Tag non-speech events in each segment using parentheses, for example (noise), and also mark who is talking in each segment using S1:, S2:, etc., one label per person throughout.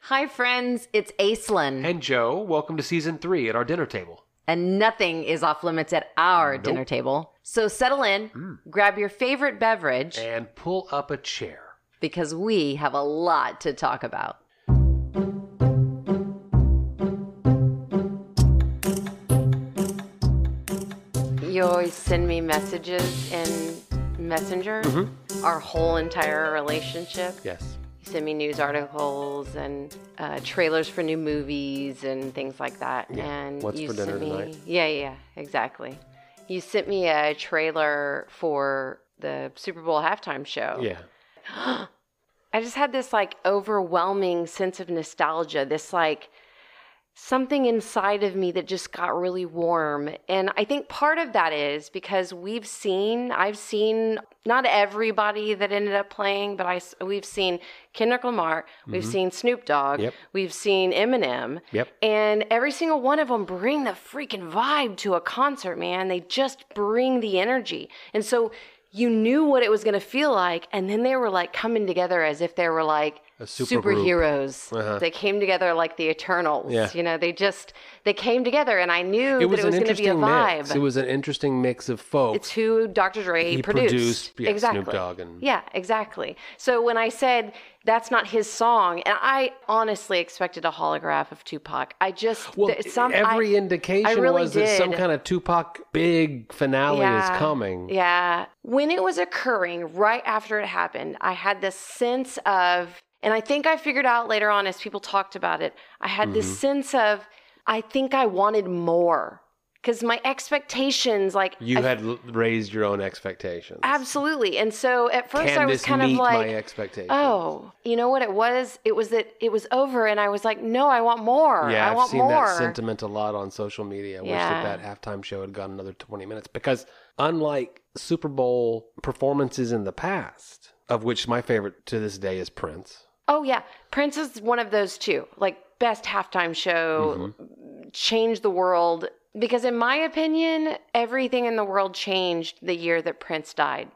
S1: Hi, friends. It's Aislinn.
S2: And Joe, welcome to season three at our dinner table.
S1: and nothing is off limits at our
S2: Nope.
S1: dinner table. So settle in, grab your favorite beverage,
S2: And pull up a chair.
S1: because we have a lot to talk about. You always send me messages in Messenger, our whole entire relationship.
S2: Yes.
S1: You send me news articles and uh, trailers for new movies and things like that. and
S2: What's
S1: you
S2: for dinner
S1: sent me,
S2: tonight?
S1: Yeah, yeah, exactly. You sent me a trailer for the Super Bowl halftime show.
S2: Yeah.
S1: I just had this like overwhelming sense of nostalgia, this like something inside of me that just got really warm. And I think part of that is because we've seen, I've seen not everybody that ended up playing, but I, s- we've seen Kendrick Lamar, we've seen Snoop Dogg,
S2: Mm-hmm. Yep.
S1: we've seen Eminem.
S2: Yep.
S1: And every single one of them bring the freaking vibe to a concert, man. They just bring the energy. And so you knew what it was going to feel like. And then they were like coming together as if they were like
S2: A super group.
S1: superheroes.
S2: Uh-huh.
S1: They came together like the Eternals.
S2: Yeah.
S1: You know, they just, they came together. And I knew
S2: It was,
S1: that it was
S2: an
S1: going to be a
S2: interesting
S1: vibe.
S2: mix. It was an interesting mix of folks.
S1: It's who Dr. Dre
S2: He
S1: produced.
S2: produced, yeah, Snoop
S1: exactly.
S2: Dogg and-
S1: yeah, exactly. So when I said that's not his song, and I honestly expected a holograph of Tupac. I just
S2: well,
S1: th- some I-
S2: every indication
S1: I really
S2: was that some
S1: did.
S2: kind of Tupac big finale
S1: Yeah.
S2: is coming.
S1: Yeah. When it was occurring, right after it happened, I had this sense of, and I think I figured out later on as people talked about it, I had
S2: Mm-hmm.
S1: this sense of, I think I wanted more because my expectations, like,
S2: You
S1: I-
S2: had l- raised your own expectations.
S1: absolutely. And so at first
S2: Can
S1: I was
S2: this
S1: kind
S2: meet
S1: of like,
S2: my expectations?
S1: Oh, you know what it was? It was that it was over, and I was like, no, I want more.
S2: Yeah,
S1: I
S2: have
S1: want
S2: seen
S1: more.
S2: that sentiment a lot on social media. I wish
S1: Yeah.
S2: that that halftime show had gone another 20 minutes because unlike Super Bowl performances in the past, of which my favorite to this day is
S1: (laughs)
S2: Prince.
S1: Oh, yeah. Prince is one of those too. Like, best halftime show,
S2: Mm-hmm.
S1: changed the world. Because, in my opinion, everything in the world changed the year that Prince died.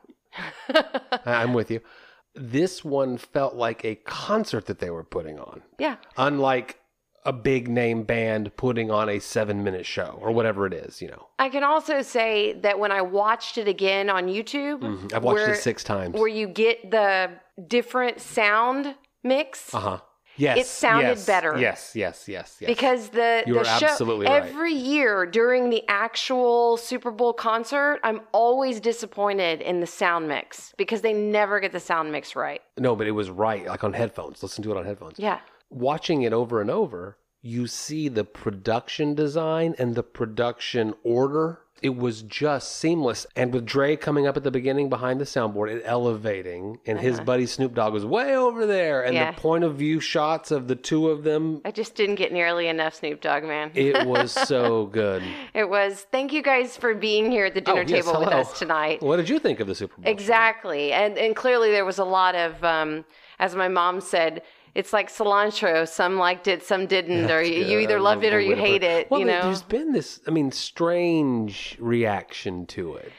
S2: I- I'm with you. This one felt like a concert that they were putting on,
S1: Yeah.
S2: unlike a big name band putting on a seven minute show or whatever it is, you know.
S1: I can also say that when I watched it again on YouTube,
S2: Mm-hmm. I've watched
S1: where,
S2: it six times.
S1: where you get the different sound mix.
S2: Uh huh. Yes.
S1: It sounded
S2: yes,
S1: better.
S2: Yes, yes, yes, yes.
S1: Because the,
S2: You
S1: the
S2: are
S1: show
S2: absolutely right.
S1: every year during the actual Super Bowl concert, I'm always disappointed in the sound mix because they never get the sound mix right.
S2: no, but it was right, like on headphones. Listen to it on headphones.
S1: Yeah.
S2: watching it over and over, you see the production design and the production order. It was just seamless. And with Dre coming up at the beginning behind the soundboard, it elevating, and his buddy Snoop Dogg was way over there, and
S1: Uh-huh. Yeah.
S2: the point of view shots of the two of them,
S1: I just didn't get nearly enough Snoop Dogg, man. It,
S2: it was
S1: (laughs)
S2: so good.
S1: was thank you guys for being here at the dinner
S2: Oh, yes,
S1: table with
S2: hello.
S1: us tonight.
S2: What did you think of the Super Bowl?
S1: Exactly. And and clearly there was a lot of um, as my mom said, it's like cilantro. Some liked it, some didn't, or you, you
S2: Yeah,
S1: either
S2: I
S1: loved it or
S2: love
S1: you
S2: the way to
S1: hate
S2: put
S1: it.
S2: Well,
S1: you
S2: there-
S1: know,
S2: there's been this, I mean, strange reaction to it.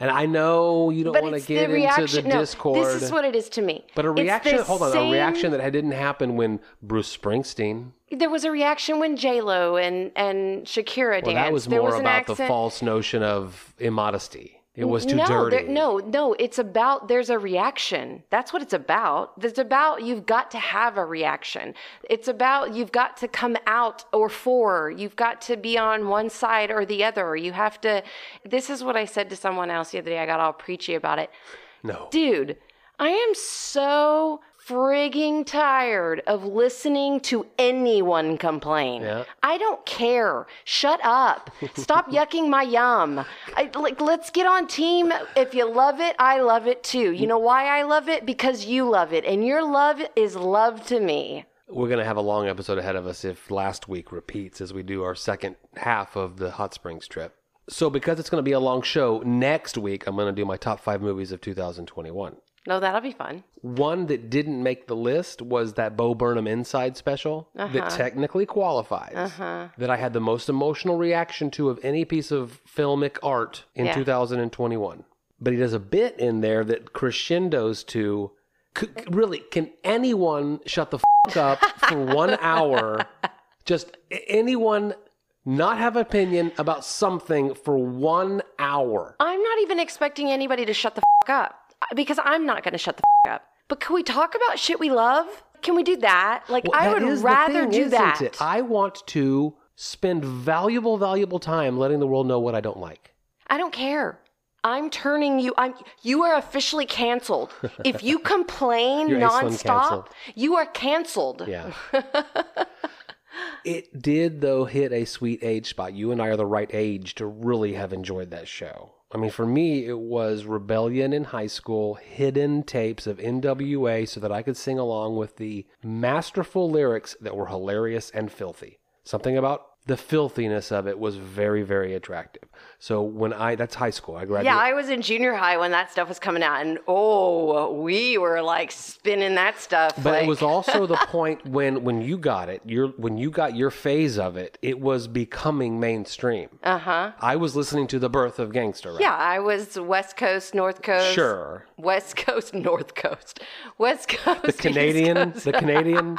S2: And I know you don't
S1: but
S2: want to
S1: it's
S2: get
S1: the reaction.
S2: into the
S1: no,
S2: Discord.
S1: this is what it is to me.
S2: But a
S1: It's the
S2: reaction, hold on,
S1: same-
S2: a reaction that had- didn't happen when Bruce Springsteen.
S1: There was a reaction when J Lo and and Shakira danced.
S2: Well, that was
S1: there
S2: more
S1: an
S2: about the
S1: accent.
S2: false notion of immodesty. It was too
S1: no,
S2: dirty.
S1: there- no, no. It's about there's a reaction. That's what it's about. It's about you've got to have a reaction. It's about you've got to come out or for. You've got to be on one side or the other. You have to. This is what I said to someone else the other day. I got all preachy about it.
S2: no.
S1: Dude, I am so frigging tired of listening to anyone complain.
S2: Yeah.
S1: I don't care. Shut up.
S2: (laughs)
S1: Stop yucking my yum. I, like, let's get on team. If you love it, I love it too. You know why I love it? Because you love it, and your love is love to me.
S2: We're going to have a long episode ahead of us if last week repeats as we do our second half of the Hot Springs trip. So, because it's going to be a long show, next week I'm going to do my top five movies of 2021.
S1: No, that'll be fun.
S2: One that didn't make the list was that Bo Burnham Inside special that technically qualifies. That I had the most emotional reaction to of any piece of filmic art in
S1: Yeah.
S2: 2021. But he does a bit in there that crescendos to C- c- really, can anyone shut the f- up for one hour? Just a- anyone not have opinion about something for one hour?
S1: I'm not even expecting anybody to shut the f- up uh, because I'm not going to shut the f- up. But can we talk about shit we love? Can we do that? Like,
S2: Well,
S1: I
S2: that
S1: would
S2: is the
S1: rather
S2: thing,
S1: do
S2: isn't
S1: that.
S2: it? I want to spend valuable, valuable time letting the world know what I don't like.
S1: I don't care. I'm turning you. I'm. You are officially
S2: (laughs)
S1: canceled. If you complain
S2: You're Iceland
S1: nonstop,
S2: canceled.
S1: you are canceled.
S2: Yeah. it did, though, hit a sweet age spot. You and I are the right age to really have enjoyed that show. I mean, for me, it was Rebellion in high school, hidden tapes of NWA so that I could sing along with the masterful lyrics that were hilarious and filthy. Something about the filthiness of it was very, very attractive. So when I, that's high school. I graduated.
S1: Yeah, I was in junior high when that stuff was coming out, and oh, we were like spinning that stuff.
S2: But
S1: like,
S2: it was also the point when when you got it, your when you got your phase of it, it was becoming mainstream.
S1: Uh huh.
S2: I was listening to the birth of gangster rap.
S1: Yeah, I was West Coast, North Coast.
S2: Sure.
S1: (laughs) West Coast, North Coast, West Coast,
S2: The
S1: East
S2: Canadian,
S1: Coast.
S2: the Canadian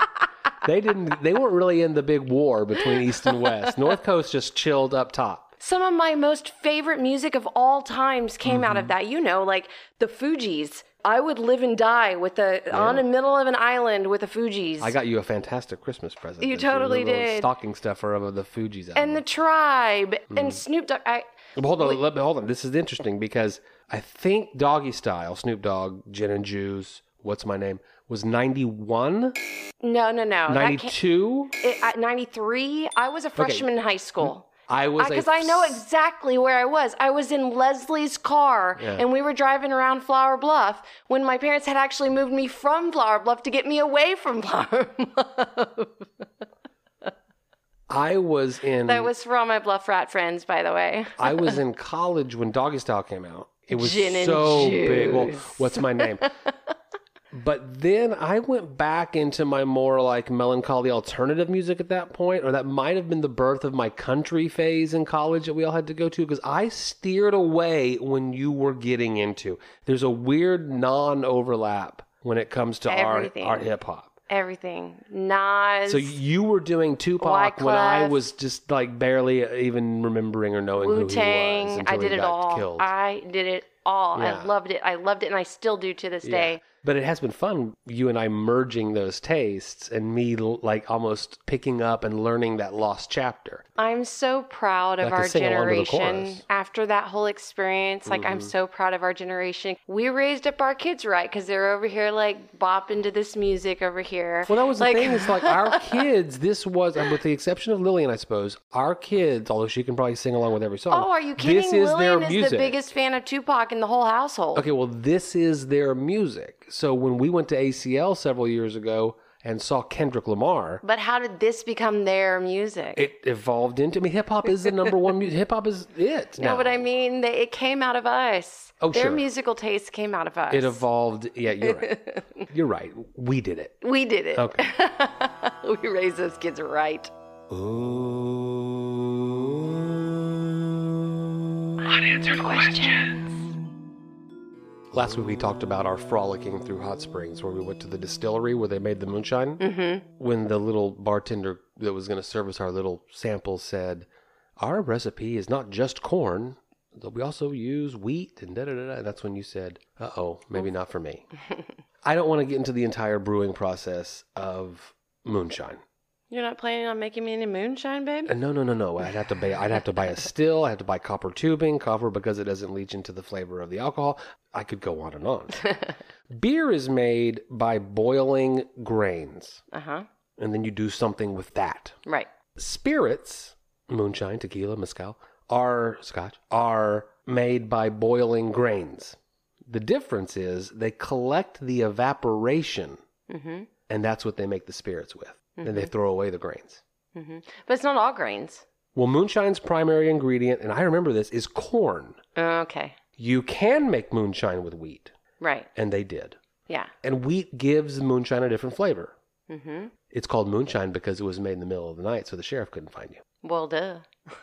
S2: they didn't they weren't really in the big war between east and
S1: (laughs)
S2: west. North Coast just chilled up top.
S1: Some of my most favorite music of all times came out
S2: Mm-hmm.
S1: of that. You know, like the Fugees. I would live and die with the on the middle of an island with the Fugees.
S2: I got you a fantastic Christmas present.
S1: You
S2: It's your
S1: totally
S2: little
S1: did.
S2: Stocking stuffer of the Fugees album.
S1: and the Tribe
S2: Hmm.
S1: and Snoop Dogg. I,
S2: But hold on, let me- hold on. This is interesting because I think Doggy Style, Snoop Dogg, Gin and Juice, what's my name, was 91,
S1: no, no, no. That can't-
S2: 92.
S1: it, at 93 i was a freshman in high school
S2: I was
S1: because
S2: a
S1: I know exactly where I was. I was in Leslie's car,
S2: Yeah.
S1: and we were driving around Flower Bluff when my parents had actually moved me from Flower Bluff to get me away from (laughs) Flower Bluff.
S2: I was in
S1: that was for all my Bluff Rat friends, by the way.
S2: I was in college when Doggy Style came out. It was
S1: Gin and
S2: so big. Well,
S1: juice.
S2: what's
S1: (laughs)
S2: my name? but then I went back into my more like melancholy alternative music at that point, or that might have been the birth of my country phase in college that we all had to go to because I steered away when you were getting into. There's a weird non overlap when it comes to our,
S1: Everything.
S2: our hip hop.
S1: Everything. Nas.
S2: So you were doing Tupac
S1: Wyclef.
S2: when I was just like barely even remembering or knowing
S1: Wu
S2: who he was
S1: Tang.
S2: until
S1: I did
S2: he
S1: it
S2: got
S1: all.
S2: killed.
S1: I did it all.
S2: Yeah.
S1: I loved it. I loved it, and I still do to this
S2: Yeah.
S1: day.
S2: But it has been fun, you and I merging those tastes and me l- like almost picking up and learning that lost chapter.
S1: I'm so proud of
S2: Like to
S1: our
S2: sing along to the
S1: generation.
S2: chorus. Mm-hmm.
S1: After that whole experience, like I'm so proud of our generation. We raised up our kids right because they're over here like bopping to this music over here.
S2: Well, that was the
S1: Like-
S2: thing. It's like our kids, this was, with the exception of Lillian, I suppose, our kids, although she can probably sing along with every song.
S1: Oh, are you kidding?
S2: This is
S1: Lillian
S2: their
S1: is
S2: music.
S1: the biggest fan of Tupac in the whole household.
S2: Okay, well, this is their music. So when we went to ACL several years ago and saw Kendrick Lamar,
S1: But how did this become their music?
S2: it evolved into. I mean, hip hop is the number one. mu- hip hop is it.
S1: you know
S2: now.
S1: what I mean? They, it came out of us.
S2: Oh,
S1: their
S2: sure.
S1: musical taste came out of us.
S2: It evolved. Yeah,
S1: (laughs)
S2: you're right. you're right. We did it.
S1: we did it.
S2: Okay.
S1: (laughs) we raised those kids right.
S2: Last week we talked about our frolicking through hot springs, where we went to the distillery where they made the moonshine. Mm-hmm. When the little bartender that was going to serve us our little sample said, "Our recipe is not just corn." but We also use wheat and da da da. da." And that's when you said, "Uh oh, maybe not for me." I don't want to get into the entire brewing process of moonshine.
S1: You're not planning on making me any moonshine, babe?
S2: Uh, No, no, no, no. I'd have to buy. I'd have to buy a still. I have to buy copper tubing, copper because it doesn't leach into the flavor of the alcohol. I could go on and on. Beer is made by boiling grains,
S1: Uh huh.
S2: and then you do something with that.
S1: Right.
S2: Spirits, moonshine, tequila, mezcal, are scotch are made by boiling grains. The difference is they collect the evaporation,
S1: Mm-hmm.
S2: and that's what they make the spirits with. And they throw away the grains.
S1: Mm-hmm. But it's not all grains.
S2: Well, moonshine's primary ingredient, and I remember this, is corn.
S1: Okay.
S2: You can make moonshine with wheat,
S1: Right.
S2: and they did.
S1: Yeah.
S2: And wheat gives moonshine a different flavor.
S1: Mm-hmm.
S2: It's
S1: (laughs)
S2: called moonshine because it was made in the middle of the night, so the sheriff couldn't find you.
S1: Well, duh.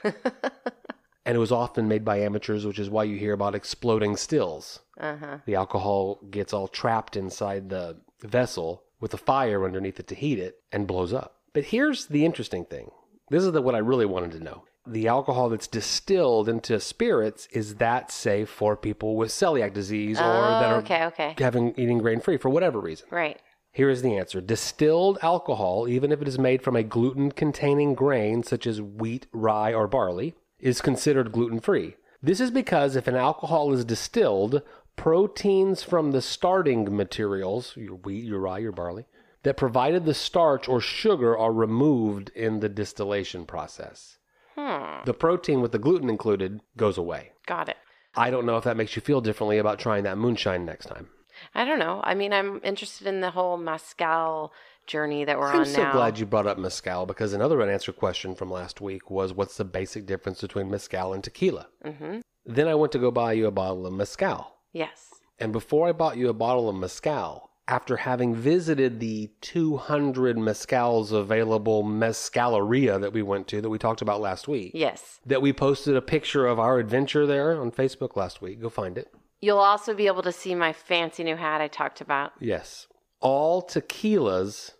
S2: and it was often made by amateurs, which is why you hear about exploding stills.
S1: Uh huh.
S2: The alcohol gets all trapped inside the vessel with a fire underneath it to heat it and blows up. But here's the interesting thing. This is the, what I really wanted to know. The alcohol that's distilled into spirits is that safe for people with celiac disease or that
S1: Oh,
S2: are
S1: okay, okay.
S2: having eating grain free for whatever reason.
S1: Right.
S2: Here is the answer. Distilled alcohol, even if it is made from a gluten containing grain such as wheat, rye, or barley, is considered gluten free. This is because if an alcohol is distilled, proteins from the starting materials, your wheat, your rye, your barley, that provided the starch or sugar are removed in the distillation process.
S1: Hmm.
S2: The protein with the gluten included goes away.
S1: Got it.
S2: I don't know if that makes you feel differently about trying that moonshine next time.
S1: I don't know. I mean, I'm interested in the whole Moscow journey that we're
S2: I'm
S1: on
S2: so
S1: now.
S2: glad you brought up mezcal because another unanswered question from last week was what's the basic difference between mezcal and tequila?
S1: Mm-hmm.
S2: Then I went to go buy you a bottle of mezcal.
S1: Yes.
S2: And before I bought you a bottle of mezcal, after having visited the 200 mezcals available mezcaleria that we went to that we talked about last week,
S1: Yes.
S2: that we posted a picture of our adventure there on Facebook last week. Go find it.
S1: You'll also be able to see my fancy new hat I talked about.
S2: Yes. All tequilas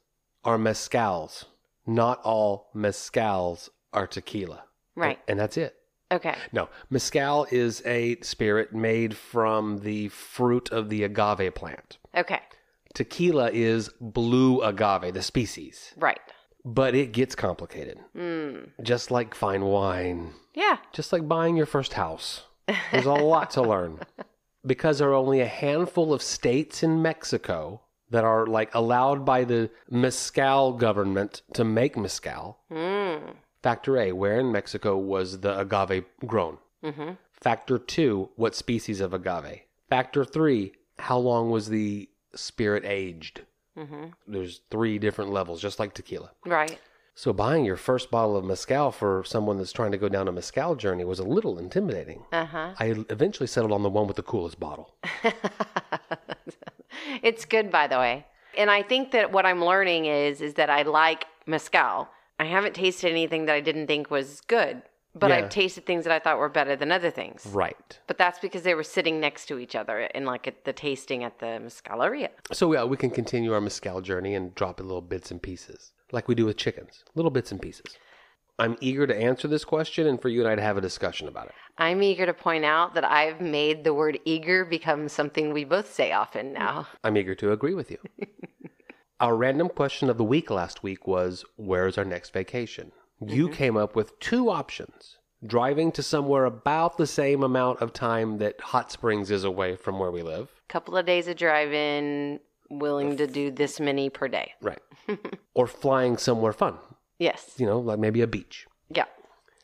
S2: are mezcals. Not all mezcals are tequila.
S1: Right.
S2: And that's it.
S1: Okay.
S2: No, mezcal is a spirit made from the fruit of the agave plant.
S1: Okay.
S2: Tequila is blue agave, the species.
S1: Right.
S2: But it gets complicated.
S1: Mm.
S2: Just like fine wine,
S1: Yeah.
S2: just like buying your first house. There's a lot to learn. Because there are only a handful of states in Mexico that are like allowed by the mezcal government to make mezcal.
S1: Mm.
S2: Factor A, where in Mexico was the agave grown?
S1: Mm-hmm.
S2: Factor two, what species of agave? Factor three, how long was the spirit aged?
S1: Mm-hmm.
S2: There's three different levels, just like tequila.
S1: Right.
S2: So buying your first bottle of mezcal for someone that's trying to go down a mezcal journey was a little intimidating.
S1: Uh-huh.
S2: I eventually settled on the one with the coolest bottle.
S1: (laughs) it's good by the way. And I think that what I'm learning is is that I like mezcal. I haven't tasted anything that I didn't think was good, but
S2: Yeah.
S1: I've tasted things that I thought were better than other things.
S2: Right.
S1: But that's because they were sitting next to each other in like at the tasting at the mezcaleria.
S2: So yeah, we can continue our mezcal journey and drop it little bits and pieces, like we do with chickens, little bits and pieces. I'm eager to answer this question and for you and I to have a discussion about it.
S1: I'm eager to point out that I've made the word eager become something we both say often now.
S2: I'm eager to
S1: (laughs)
S2: agree with you. our random question of the week last week was Where is our next vacation?
S1: Mm-hmm.
S2: You came up with two options driving to somewhere about the same amount of time that Hot Springs is away from where we live.
S1: Couple of days of driving, willing to do this many per day. (laughs)
S2: Right. or flying somewhere fun,
S1: Yes.
S2: you know, like maybe a beach.
S1: Yeah.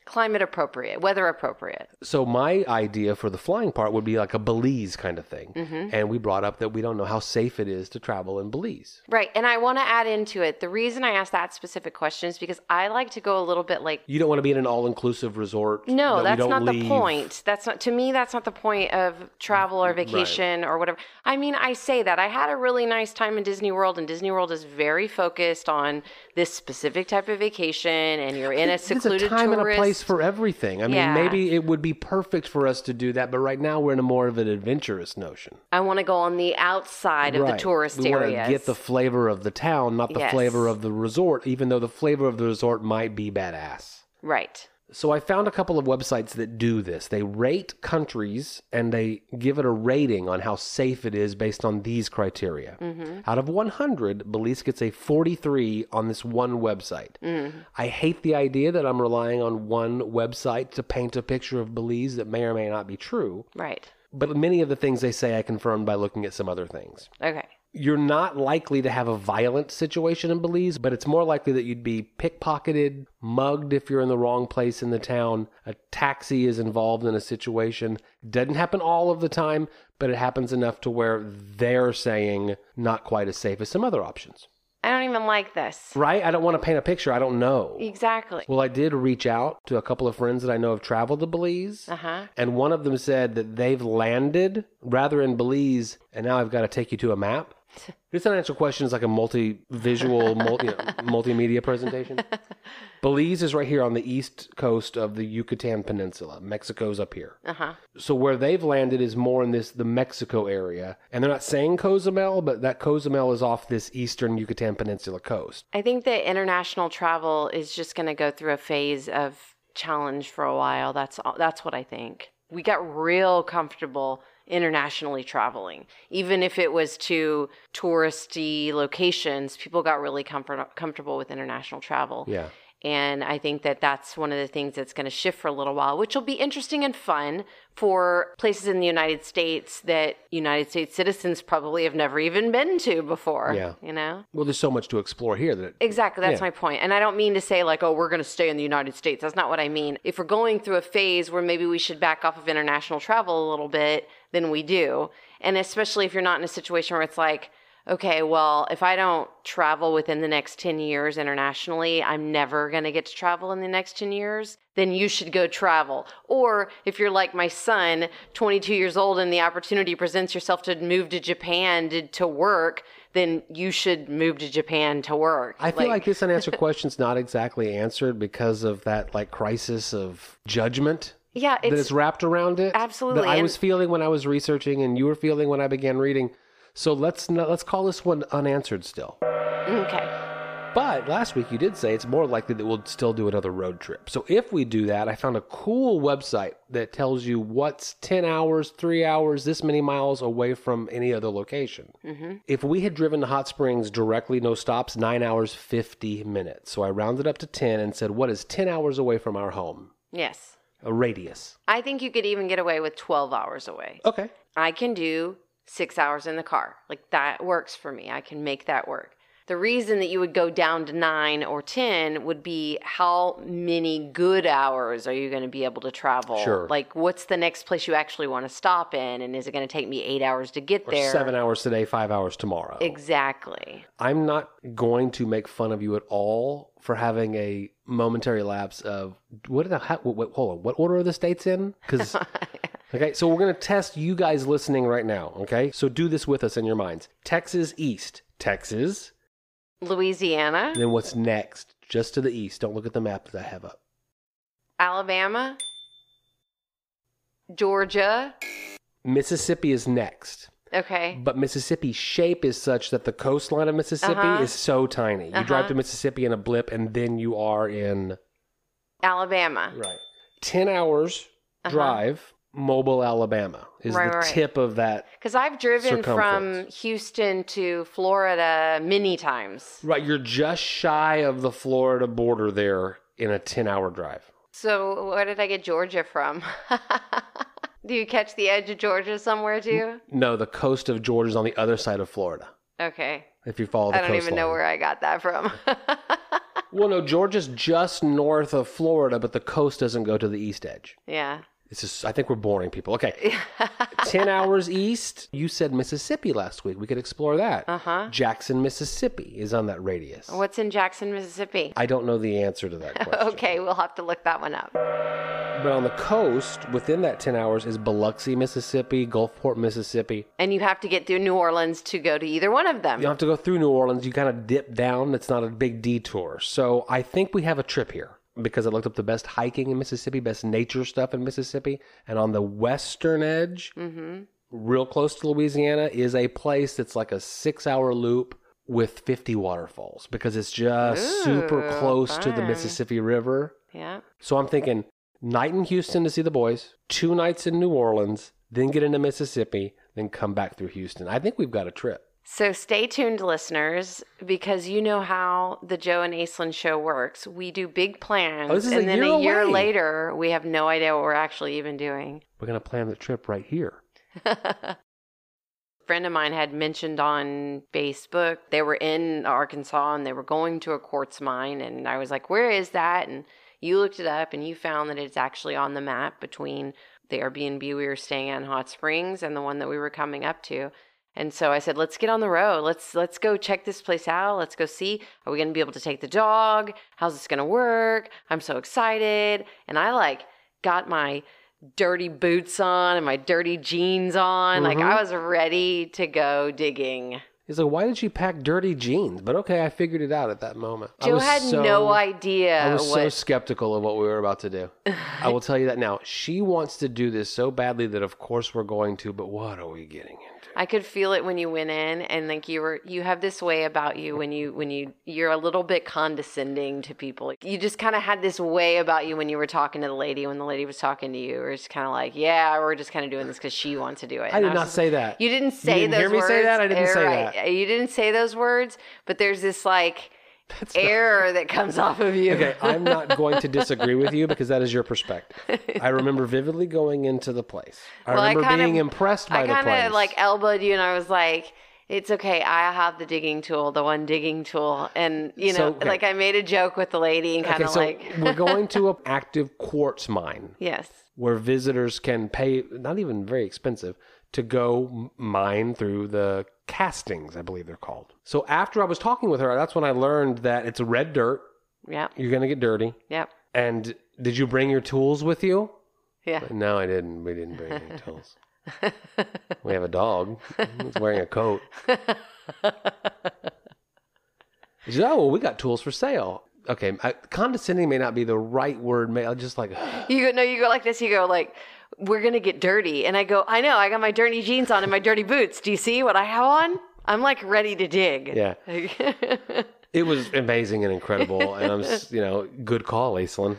S1: Climate appropriate, weather appropriate.
S2: So my idea for the flying part would be like a Belize kind of thing.
S1: Mm-hmm.
S2: And we brought up that we don't know how safe it is to travel in Belize.
S1: Right. And I want to add into it the reason I asked that specific question is because I like to go a little bit like,
S2: You don't want to be in an all-inclusive resort. that
S1: no,
S2: we
S1: that's
S2: don't
S1: not the
S2: leave.
S1: point. That's not, to me, that's not the point of travel or vacation or whatever. I mean, I say that. I had a really nice time in Disney World, and Disney World is very focused on this specific type of vacation, and you're in a secluded
S2: There's a time
S1: tourist.
S2: and a place for everything. I mean,
S1: Yeah.
S2: maybe it would be perfect for us to do that, but right now we're in a more of an adventurous notion.
S1: I want to go on the outside of
S2: right.
S1: the tourist
S2: we wanna
S1: areas.
S2: get the flavor of the town, not the
S1: Yes.
S2: flavor of the resort, even though the flavor of the resort might be badass.
S1: right.
S2: So I found a couple of websites that do this. They rate countries and they give it a rating on how safe it is based on these criteria. Out of 100, Belize gets a 43 on this one website. I hate the idea that I'm relying on one website to paint a picture of Belize that may or may not be true,
S1: Right.
S2: but many of the things they say I confirmed by looking at some other things.
S1: Okay.
S2: You're not likely to have a violent situation in Belize, but it's more likely that you'd be pickpocketed, mugged if you're in the wrong place in the town. A taxi is involved in a situation. Doesn't happen all of the time, but it happens enough to where they're saying not quite as safe as some other options.
S1: I don't even like this.
S2: Right? I don't want to paint a picture. I don't
S1: E
S2: know.
S1: Exactly.
S2: Well, I did reach out to a couple of friends that I know have traveled to Belize.
S1: Uh huh.
S2: And one of them said that they've landed rather in Belize, and now I've got to take you to a map. This financial question is like a multi-visual, multi, you know, multimedia presentation. Belize is right here on the east coast of the Yucatan Peninsula. Mexico's up here.
S1: Uh huh.
S2: So where they've landed is more in this the Mexico area, and they're not saying Cozumel, but that Cozumel is off this eastern Yucatan Peninsula coast.
S1: I think that international travel is just going to go through a phase of challenge for a while. That's all, that's what I think. We got real comfortable internationally traveling, even if it was to touristy locations. People got really comfort, comfortable with international travel.
S2: Yeah.
S1: And I think that that's one of the things that's going to shift for a little while, which will be interesting and fun for places in the United States that United States citizens probably have never even been to before.
S2: Yeah.
S1: You know?
S2: Well, there's so much to explore here that it,
S1: Exactly. That's
S2: Yeah.
S1: my point. And I don't mean to say, like, oh, we're going to stay in the United States. That's not what I mean. If we're going through a phase where maybe we should back off of international travel a little bit, then we do. And especially if you're not in a situation where it's like, okay, well, if I don't travel within the next 10 years internationally, I'm never going to get to travel in the next 10 years, then you should go travel. Or if you're like my son, 22 years old, and the opportunity presents yourself to move to Japan to, to work, then you should move to Japan to work.
S2: I feel like,
S1: (laughs)
S2: this unanswered question's not exactly answered because of that like crisis of judgment
S1: yeah,
S2: that
S1: it's
S2: it's wrapped around it.
S1: Absolutely,
S2: That I
S1: and-
S2: was feeling when I was researching, and you were feeling when I began reading. So let's not, let's call this one unanswered still.
S1: Mm, okay.
S2: But last week you did say it's more likely that we'll still do another road trip. So if we do that, I found a cool website that tells you what's 10 hours, 3 hours, this many miles away from any other location. If we had driven to Hot Springs directly, no stops, 9 hours, 50 minutes. So I rounded up to 10 and said, what is 10 hours away from our home?
S1: Yes.
S2: A radius.
S1: I think you could even get away with 12 hours away.
S2: Okay.
S1: I can do six hours in the car. Like that works for me. I can make that work. The reason that you would go down to nine or 10 would be how many good hours are you going to be able to travel?
S2: Sure.
S1: Like, what's the next place you actually want to stop in? And is it going to take me eight hours to get
S2: Or
S1: there?
S2: 7 hours today, 5 hours tomorrow.
S1: Exactly. (laughs)
S2: I'm not going to make fun of you at all for having a momentary lapse of what did I ha- wait, wait, hold on what order are the states in
S1: (laughs)
S2: because okay so we're gonna test you guys listening right now okay so do this with us in your minds Texas East Texas
S1: Louisiana,
S2: then what's next just to the east don't look at the map that I have up
S1: Alabama, Georgia.
S2: Mississippi is next
S1: Okay.
S2: but Mississippi's shape is such that the coastline of Mississippi
S1: Uh-huh.
S2: is so tiny you
S1: Uh-huh.
S2: drive to Mississippi in a blip and then you are in
S1: Alabama.
S2: Right. 10 hours
S1: Uh-huh.
S2: drive, Mobile, Alabama is
S1: Right,
S2: the
S1: right.
S2: tip of that.
S1: Because I've driven from
S2: Circumference.
S1: Houston to Florida many times.
S2: Right. You're just shy of the Florida border there in a 10 hour drive.
S1: So where did I get Georgia from? (laughs) Do you catch the edge of Georgia somewhere too?
S2: No, the coast of Georgia is on the other side of Florida.
S1: Okay.
S2: If you follow Hmm. the
S1: I don't even know
S2: coastline.
S1: where I got that from.
S2: (laughs) Well, no, Georgia's just north of Florida, but the coast doesn't go to the east edge.
S1: yeah.
S2: It's just, I think we're boring people.
S1: (laughs)
S2: Okay. 10 hours east. You said Mississippi last week. We could explore that.
S1: Uh huh.
S2: Jackson, Mississippi is on that radius.
S1: What's in Jackson, Mississippi?
S2: I don't know the answer to
S1: (laughs)
S2: that question.
S1: Okay, we'll have to look that one up.
S2: But on the coast, within that 10 hours, is Biloxi, Mississippi, Gulfport, Mississippi.
S1: And you have to get through New Orleans to go to either one of them.
S2: You don't have to go through New Orleans. You kind of dip down. It's not a big detour. So I think we have a trip here because I looked up the best hiking in Mississippi, best nature stuff in Mississippi. And on the western edge,
S1: Mm-hmm.
S2: real close to Louisiana, is a place that's like a six hour loop with 50 waterfalls because it's just super
S1: Ooh,
S2: close to the
S1: fun.
S2: Mississippi River.
S1: Yeah.
S2: So I'm thinking night in Houston to see the boys, two nights in New Orleans, then get into Mississippi, then come back through Houston. I think we've got a trip.
S1: So stay tuned, listeners, because you know how the Joe and Aislinn show works. We do big plans,
S2: Oh, this is
S1: and
S2: a
S1: then
S2: year
S1: a year
S2: away.
S1: later, we have no idea what we're actually even doing. (laughs)
S2: We're going to plan the trip right here.
S1: a friend of mine had mentioned on Facebook they were in Arkansas and they were going to a quartz mine, and I was like, "Where is that?" And you looked it up, and you found that it's actually on the map between the Airbnb we were staying at in Hot Springs and the one that we were coming up to. And so I said, "Let's get on the road. Let's let's go check this place out. Let's go see. Are we going to be able to take the dog? How's this going to work? I'm so excited." And I like got my dirty boots on and my dirty jeans on. Like
S2: Mhm.
S1: I was ready to go digging.
S2: He's like, why did she pack dirty jeans? But okay, I figured it out at that moment. I
S1: Joe
S2: was
S1: had
S2: so-
S1: no idea
S2: I was so
S1: what.
S2: skeptical of what we were about
S1: (laughs)
S2: to do. I will tell you that now. She wants to do this so badly that of course we're going to, but what are we getting into?
S1: I could feel it when you went in, and like you were, you have this way about you when you when you you're a little bit condescending to people. You just kind of had this way about you when you were talking to the lady when the lady was talking to you. Or just kind of like, yeah, we're just kind of doing this because she wants to do it.
S2: I
S1: And
S2: did
S1: was
S2: not
S1: just-
S2: say that.
S1: You didn't say
S2: didn't
S1: those
S2: hear me
S1: words.
S2: say that? I didn't
S1: Eh,
S2: say
S1: right. You didn't say those words, but there's this
S2: (laughs)
S1: like error that comes off of you.
S2: Okay, I'm not going to disagree with you because that is your perspective.
S1: (laughs)
S2: I remember vividly going into the place. I
S1: Well, I
S2: remember
S1: kind of-
S2: being impressed by
S1: I
S2: the
S1: kind
S2: place.
S1: of like elbowed you, and I was like, "It's okay. I have the digging tool, the one digging tool." And you know,
S2: So, okay.
S1: like I made a joke with the lady and kind
S2: okay,
S1: of
S2: so
S1: like,
S2: (laughs) we're going to an active quartz mine
S1: "Yes,
S2: where visitors can pay, not even very expensive, to go m- mine through the castings, I believe they're called. So after I was talking with her, that's when I learned that it's red dirt.
S1: yep,
S2: You're going to get dirty.
S1: yep,
S2: And did you bring your tools with you?
S1: yeah."
S2: No, I didn't. We didn't bring any tools. we have a dog. He's wearing
S1: (laughs)
S2: a coat. She said, oh, well, we got tools for sale. Okay, I, condescending may not be the right word. May I just like,
S1: (laughs)
S2: (sighs)
S1: You go, no, you go like this. You go like, "We're gonna get dirty," and I go, "I know. I got my dirty jeans on and my dirty boots. Do you see what I have on? I'm like ready to dig."
S2: yeah.
S1: (laughs)
S2: It was amazing and incredible, and I'm, s- you know, good call, Aislinn.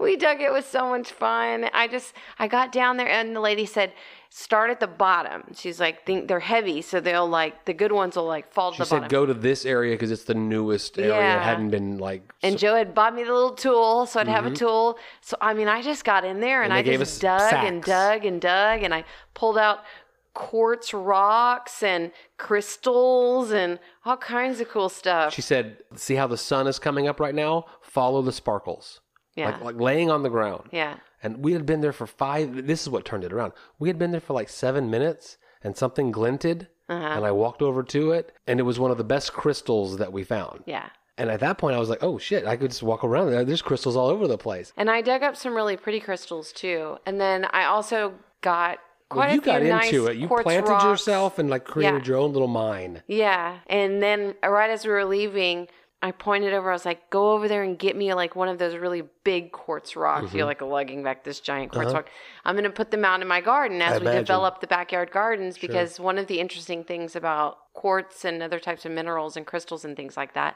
S1: We dug it was so much fun. I just I got down there and the lady said, start at the bottom. She's like, think they're heavy, so they'll like the good ones will like fall to
S2: She
S1: the
S2: said,
S1: bottom.
S2: go to this area because it's the newest area.
S1: Yeah.
S2: It hadn't been like.
S1: and Joe had bought me the little tool, so I'd have a tool. So I mean, I just got in there and,
S2: Mm-hmm. And
S1: I
S2: they gave
S1: just
S2: us
S1: dug and
S2: sacks.
S1: dug and dug, and I pulled out quartz rocks and crystals and all kinds of cool stuff.
S2: she said, see how the sun is coming up right now? Follow the sparkles.
S1: yeah,
S2: Like, like laying on the ground.
S1: yeah.
S2: And we had been there for five. This is what turned it around. We had been there for like seven minutes, and something glinted.
S1: Uh-huh.
S2: And I walked over to it, and it was one of the best crystals that we found.
S1: Yeah.
S2: And at that point, I was like, "Oh shit! I could just walk around. there. There's crystals all over the place."
S1: And I dug up some really pretty crystals too. And then I also got quite
S2: Well, you
S1: a few
S2: got into
S1: nice
S2: it. You
S1: quartz
S2: planted
S1: rocks.
S2: yourself and like created
S1: Yeah.
S2: your own little mine.
S1: Yeah. And then right as we were leaving, I pointed over. I was like, "Go over there and get me like one of those really big quartz rocks." You're like lugging back this giant quartz rock. I'm going to put them out in my garden as we
S2: imagine.
S1: develop the backyard gardens because one of the interesting things about quartz and other types of minerals and crystals and things like that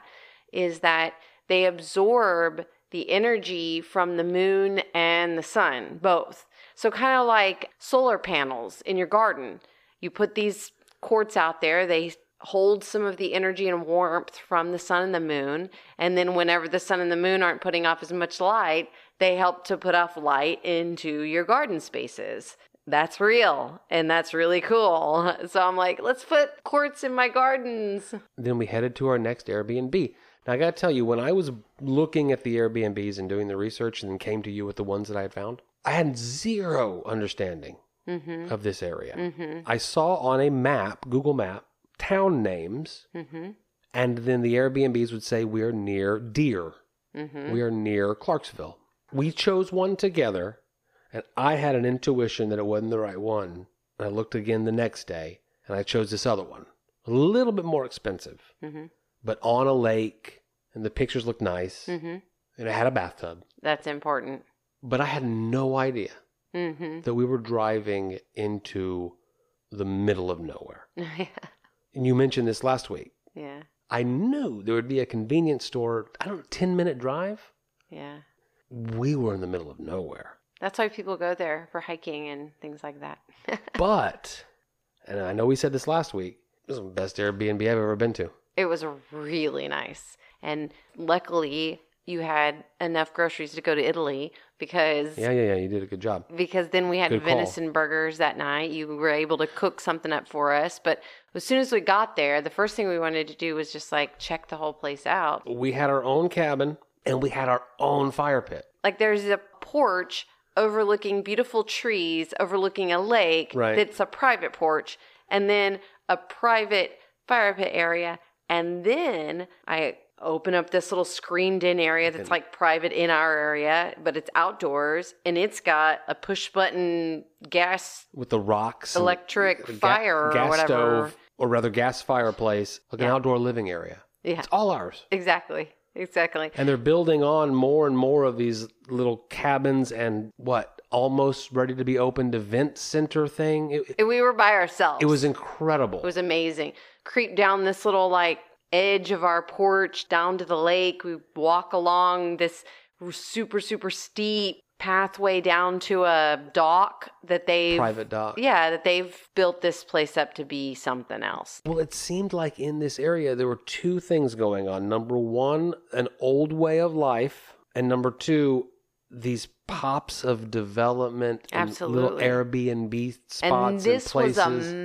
S1: is that they absorb the energy from the moon and the sun, both. So, kind of like solar panels in your garden. You put these quartz out there, they hold some of the energy and warmth from the sun and the moon. And then, whenever the sun and the moon aren't putting off as much light, they help to put off light into your garden spaces. That's real and that's really cool. (laughs) So I'm like, let's put quartz in my gardens.
S2: Then we headed to our next Airbnb. Now I gotta tell you, when I was looking at the Airbnbs and doing the research, and then came to you with the ones that I had found, I had zero understanding
S1: Mm
S2: of this area.
S1: hmm. Mm
S2: I saw on a map, Google Map, town names,
S1: hmm. Mm hmm.
S2: and then the Airbnbs would say we're near Deer,
S1: Mm-hmm.
S2: we are near Clarksville. We chose one together, and I had an intuition that it wasn't the right one. And I looked again the next day, and I chose this other one, a little bit more expensive,
S1: Mhm.
S2: but on a lake, and the pictures looked nice,
S1: Mm-hmm.
S2: and it had a bathtub.
S1: That's important.
S2: But I had no idea
S1: Mm-hmm. (laughs)
S2: that we were driving into the middle of nowhere.
S1: yeah.
S2: And you mentioned this last week.
S1: Yeah.
S2: I knew there would be a convenience store, I don't know, 10 minute drive.
S1: Yeah.
S2: We were in the middle of nowhere.
S1: That's why people go there for hiking and things like that. (laughs)
S2: But, and I know we said this last week, this is the best Airbnb I've ever been to.
S1: it was really nice. And luckily, you had enough groceries to go to Italy because
S2: Yeah, yeah, yeah, you did a good job.
S1: because then we had
S2: Good call.
S1: venison burgers that night. You were able to cook something up for us, but as soon as we got there, the first thing we wanted to do was just like check the whole place out.
S2: We had our own cabin and we had our own fire pit.
S1: Like there's a porch overlooking beautiful trees, overlooking a lake.
S2: Right.
S1: That's a private porch, and then a private fire pit area, and then I open up this little screened in area that's
S2: And-
S1: like private in our area, but it's outdoors and it's got a push button gas
S2: with the rocks, and
S1: electric
S2: ga-
S1: fire or whatever.
S2: stove, or rather gas fireplace, like an
S1: Yeah.
S2: outdoor living area.
S1: Yeah,
S2: It's all ours.
S1: exactly. Exactly.
S2: And they're building on more and more of these little cabins and what almost ready to be opened event center thing. It, it,
S1: And we were by ourselves.
S2: it was incredible.
S1: It was amazing. Creep down this little like edge of our porch down to the lake. We walk along this super super steep pathway down to a dock that they
S2: private dock.
S1: yeah that they've built this place up to be something else.
S2: Well, it seemed like in this area there were two things going on. Number one, an old way of life, and number two, these pops of development, and little
S1: Absolutely.
S2: Airbnb spots
S1: and this was
S2: places.
S1: a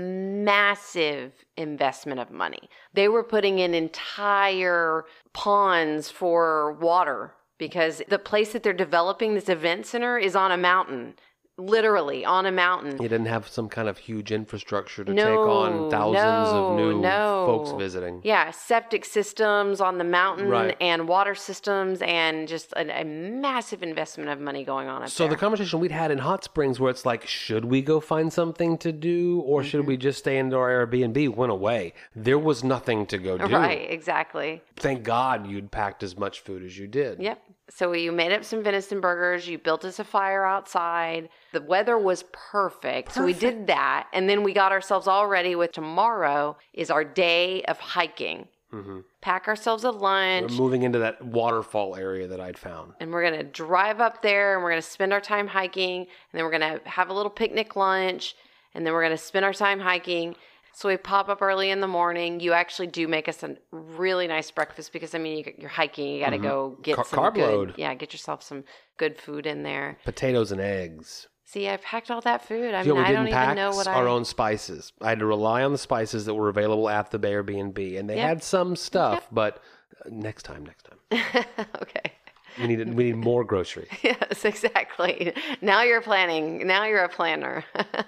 S1: massive investment of money. They were putting in entire ponds for water because the place that they're developing this event center is on a mountain, literally on a mountain.
S2: It didn't have some kind of huge infrastructure to
S1: No,
S2: take on thousands
S1: no,
S2: of new
S1: no.
S2: folks visiting.
S1: Yeah, septic systems on the mountain
S2: Right.
S1: and water systems, and just a, a massive investment of money going on up
S2: So
S1: (laughs)
S2: the
S1: there.
S2: conversation we'd had in Hot Springs, where it's like, should we go find something to do, or should
S1: Mm-hmm.
S2: we just stay into our Airbnb? Went away. There was nothing to go do.
S1: right, exactly.
S2: Thank God you'd packed as much food as you did.
S1: Yep. So you made up some venison burgers. You built us a fire outside. The weather was perfect. So we did that. And then we got ourselves all ready with tomorrow is our day of hiking.
S2: Mhm.
S1: Pack ourselves a
S2: We're
S1: lunch.
S2: moving into that waterfall area that I'd found.
S1: and we're going to drive up there and we're going to spend our time hiking. And then we're going to have a little picnic lunch. And then we're going to spend our time hiking. So we pop up early in the morning. You actually do make us a really nice breakfast because, I mean, you, you're hiking. You got to go get
S2: Car-
S1: some
S2: Mm-hmm. carb
S1: good-
S2: load.
S1: Yeah, get yourself some good food in there.
S2: Potatoes and eggs.
S1: See, I packed all that food. I
S2: You know,
S1: mean,
S2: we
S1: I
S2: didn't
S1: don't
S2: pack
S1: even know what
S2: our
S1: I.
S2: own spices. I had to rely on the spices that were available at the Airbnb, and they
S1: Yep.
S2: had some stuff, but uh, next time, next time,
S1: (laughs) okay.
S2: we need we
S1: (laughs)
S2: need more groceries.
S1: Yes, exactly. Now you're planning. Now you're a planner. (laughs)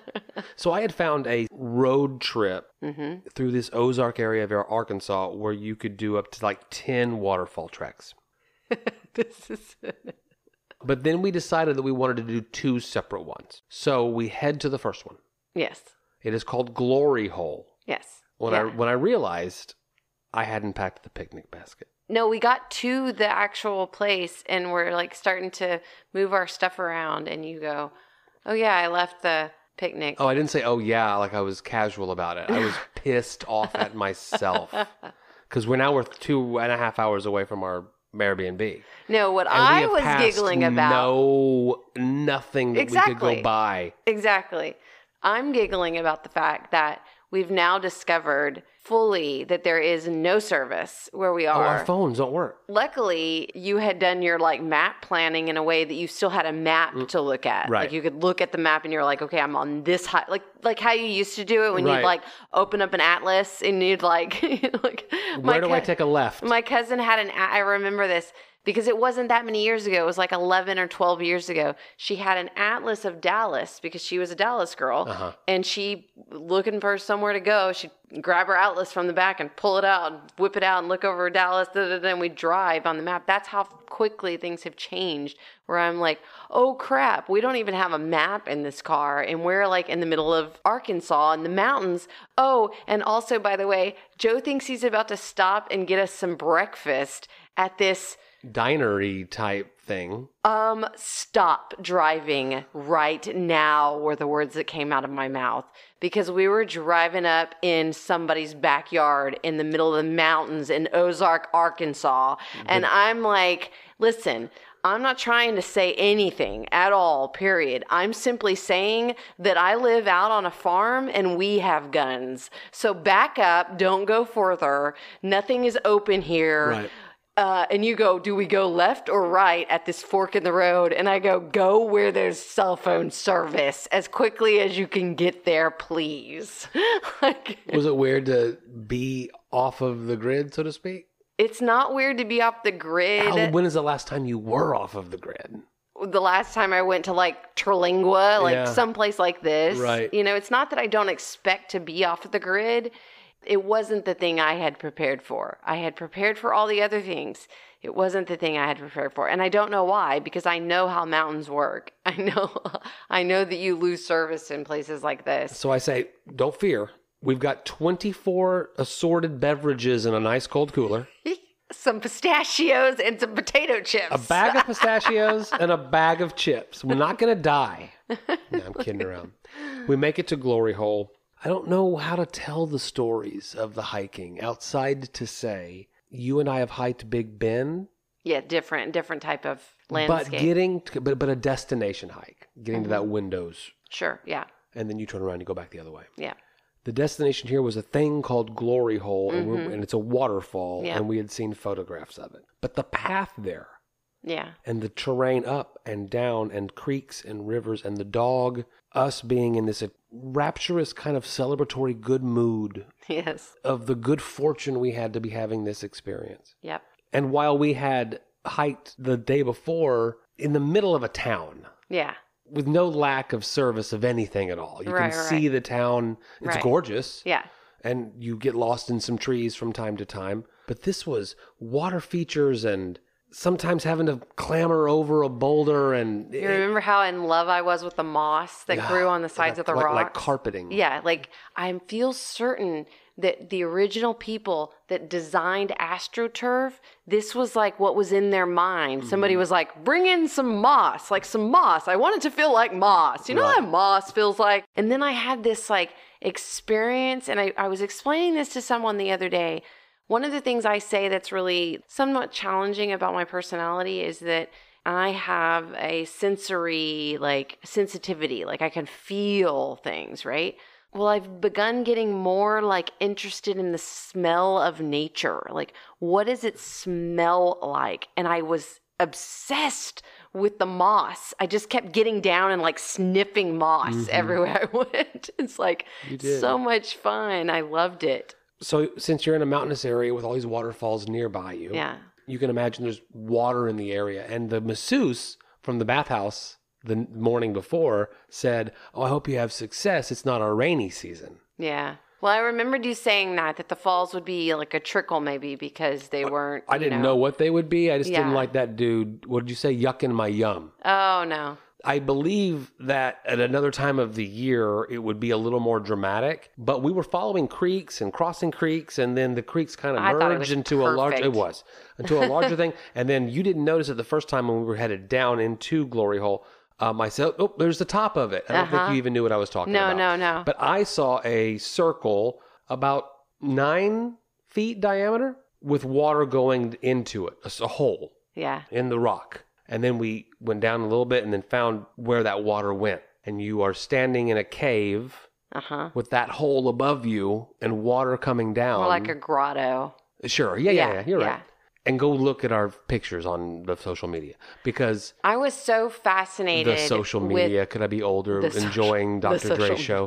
S2: So I had found a road trip
S1: hmm
S2: through this Ozark area of Arkansas where you could do up to like ten waterfall treks.
S1: (laughs) This is.
S2: But then we decided that we wanted to do two separate ones. So we head to the first one.
S1: Yes.
S2: It is called Glory Hole.
S1: Yes.
S2: when I
S1: Yeah.
S2: when I realized I hadn't packed the picnic basket.
S1: No, we got to the actual place and we're like starting to move our stuff around, and you go, "Oh yeah, I left the picnic."
S2: Oh, I didn't say, "Oh yeah," like I was casual about it. I
S1: (laughs)
S2: was pissed off at myself because we're now we're two and a half hours away from our Airbnb.
S1: no, what
S2: And we
S1: I
S2: have
S1: was
S2: passed
S1: giggling about.
S2: no nothing that we could go
S1: Exactly.
S2: buy.
S1: Exactly. I'm giggling about the fact that we've now discovered fully that there is no service where we
S2: Oh,
S1: are.
S2: our phones don't work.
S1: Luckily, you had done your like map planning in a way that you still had a map to look at.
S2: Mm. Right.
S1: Like you could look at the map and you're like, okay, I'm on this high, like like how you used to do it when
S2: Right.
S1: you'd like open up an atlas and you'd like, (laughs) you'd, like my
S2: Where do I
S1: ca-
S2: take a left?
S1: my cousin had an. I remember this because it wasn't that many years ago. It was like eleven or twelve years ago. She had an atlas of Dallas because she was a Dallas girl,
S2: Uh-huh.
S1: and she looking for somewhere to go. She'd grab her atlas from the back and pull it out, and whip it out, and look over Dallas. Da, da, da, and we drive on the map. That's how quickly things have changed. Where I'm like, oh crap, we don't even have a map in this car, and we're like in the middle of Arkansas in the mountains. Oh, and also by the way, Joe thinks he's about to stop and get us some breakfast at this
S2: Dinery type thing.
S1: um, stop driving right now were the words that came out of my mouth because we were driving up in somebody's backyard in the middle of the mountains in Ozark, Arkansas. And I'm like, listen, I'm not trying to say anything at all, period. I'm simply saying that I live out on a farm and we have guns. So back up, don't go further. Nothing is open here
S2: Right.
S1: uh, and you go, do we go left or right at this fork in the road? And I go, go where there's cell phone service as quickly as you can get there, please. (laughs) like,
S2: Was it weird to be off of the grid, so to speak?
S1: it's not weird to be off the
S2: How,
S1: grid.
S2: when is the last time you were off of the grid?
S1: the last time I went to like Terlingua, like
S2: Yeah.
S1: someplace like this,
S2: Right.
S1: you know, it's not that I don't expect to be off the grid. It wasn't the thing I had prepared for. I had prepared for all the other things. It wasn't the thing I had prepared for. And I don't know why because I know how mountains work. (laughs) I know I know that you lose service in places like this. (laughs)
S2: So I say, don't fear. We've got 24 assorted beverages in an ice cold cooler,
S1: Some pistachios and some potato chips.
S2: a bag of pistachios, and a bag of chips. We're not going to die. No, I'm kidding around. We make it to Glory Hole. I don't know how to tell the stories of the hiking outside to say, you and I have hiked Big Bend,
S1: yeah, different different type of
S2: but
S1: landscape. Mm-hmm.
S2: getting, to, but, but a destination hike, getting to that windows,
S1: sure, yeah.
S2: and then you turn around and you go back the other way.
S1: Yeah. (laughs)
S2: the destination here was a thing called Glory Hole, and, we're, and it's a waterfall,
S1: Mm-hmm. Yeah.
S2: and we had seen photographs of it. But the path there,
S1: Yeah.
S2: and the terrain up and down, and creeks and rivers, and the dog, us being in this rapturous kind of celebratory good mood
S1: Yes.
S2: of the good fortune we had to be having this experience.
S1: Yep.
S2: And while we had hiked the day before in the middle of a town,
S1: Yeah.
S2: with no lack of service of anything at all. You
S1: Right,
S2: can
S1: right,
S2: see the town. It's
S1: Right.
S2: gorgeous
S1: Yeah.
S2: and you get lost in some trees from time to time. But this was water features and sometimes having to clamber over a boulder and
S1: You remember how in love I was with the moss that grew on the sides of the
S2: like,
S1: rocks?
S2: like carpeting.
S1: Yeah, like I feel certain that the original people that designed AstroTurf, this was like what was in their mind. Somebody
S2: Mm-hmm.
S1: was like, "Bring in some moss, like some moss. I want it to feel like moss. You know
S2: Right.
S1: how moss feels like." And then I had this like experience, and I, I was explaining this to someone the other day. One of the things I say that's really somewhat challenging about my personality is that I have a sensory like sensitivity, like I can feel things, right? Well, I've begun getting more like interested in the smell of nature. Like, what does it smell like? And I was obsessed with the moss. I just kept getting down and like sniffing moss everywhere (laughs) I went. It's like
S2: did.
S1: so much fun. I loved it.
S2: So since you're in a mountainous area with all these waterfalls nearby you,
S1: Yeah.
S2: you can imagine there's water in the area. And the masseuse from the bathhouse the n- morning before said, "Oh, I hope you have success. It's not our rainy season."
S1: Yeah. Well, I remembered you saying that that the falls would be like a trickle maybe because they weren't.
S2: I
S1: you
S2: didn't know what they would be. I just didn't
S1: Yeah.
S2: like that dude. What did you say? Yucking my yum.
S1: Oh no.
S2: I believe that at another time of the year, it would be a little more dramatic, but we were following creeks and crossing creeks, and then the creeks kind of
S1: I thought it
S2: merged
S1: was
S2: into a large, it
S1: perfect.
S2: was, into a larger
S1: (laughs)
S2: thing. And then you didn't notice it the first time when we were headed down into Glory Hole. Um, I said, oh, there's the top of it. I don't think
S1: Uh-huh.
S2: you even knew what I was talking
S1: No,
S2: about.
S1: no, no.
S2: But I saw a circle about nine feet diameter with water going into it, a s- a hole
S1: Yeah.
S2: in the rock. And then we went down a little bit and then found where that water went. And you are standing in a cave
S1: Uh huh.
S2: with that hole above you and water coming down.
S1: More like a grotto.
S2: sure, yeah, yeah, yeah,
S1: Yeah,
S2: you're
S1: yeah.
S2: right. And go look at our pictures on the social media because
S1: I was so
S2: the
S1: fascinated.
S2: social
S1: with-
S2: media. Could I be older,
S1: the social-
S2: enjoying
S1: (laughs) the
S2: Dr. Dre's
S1: social
S2: show?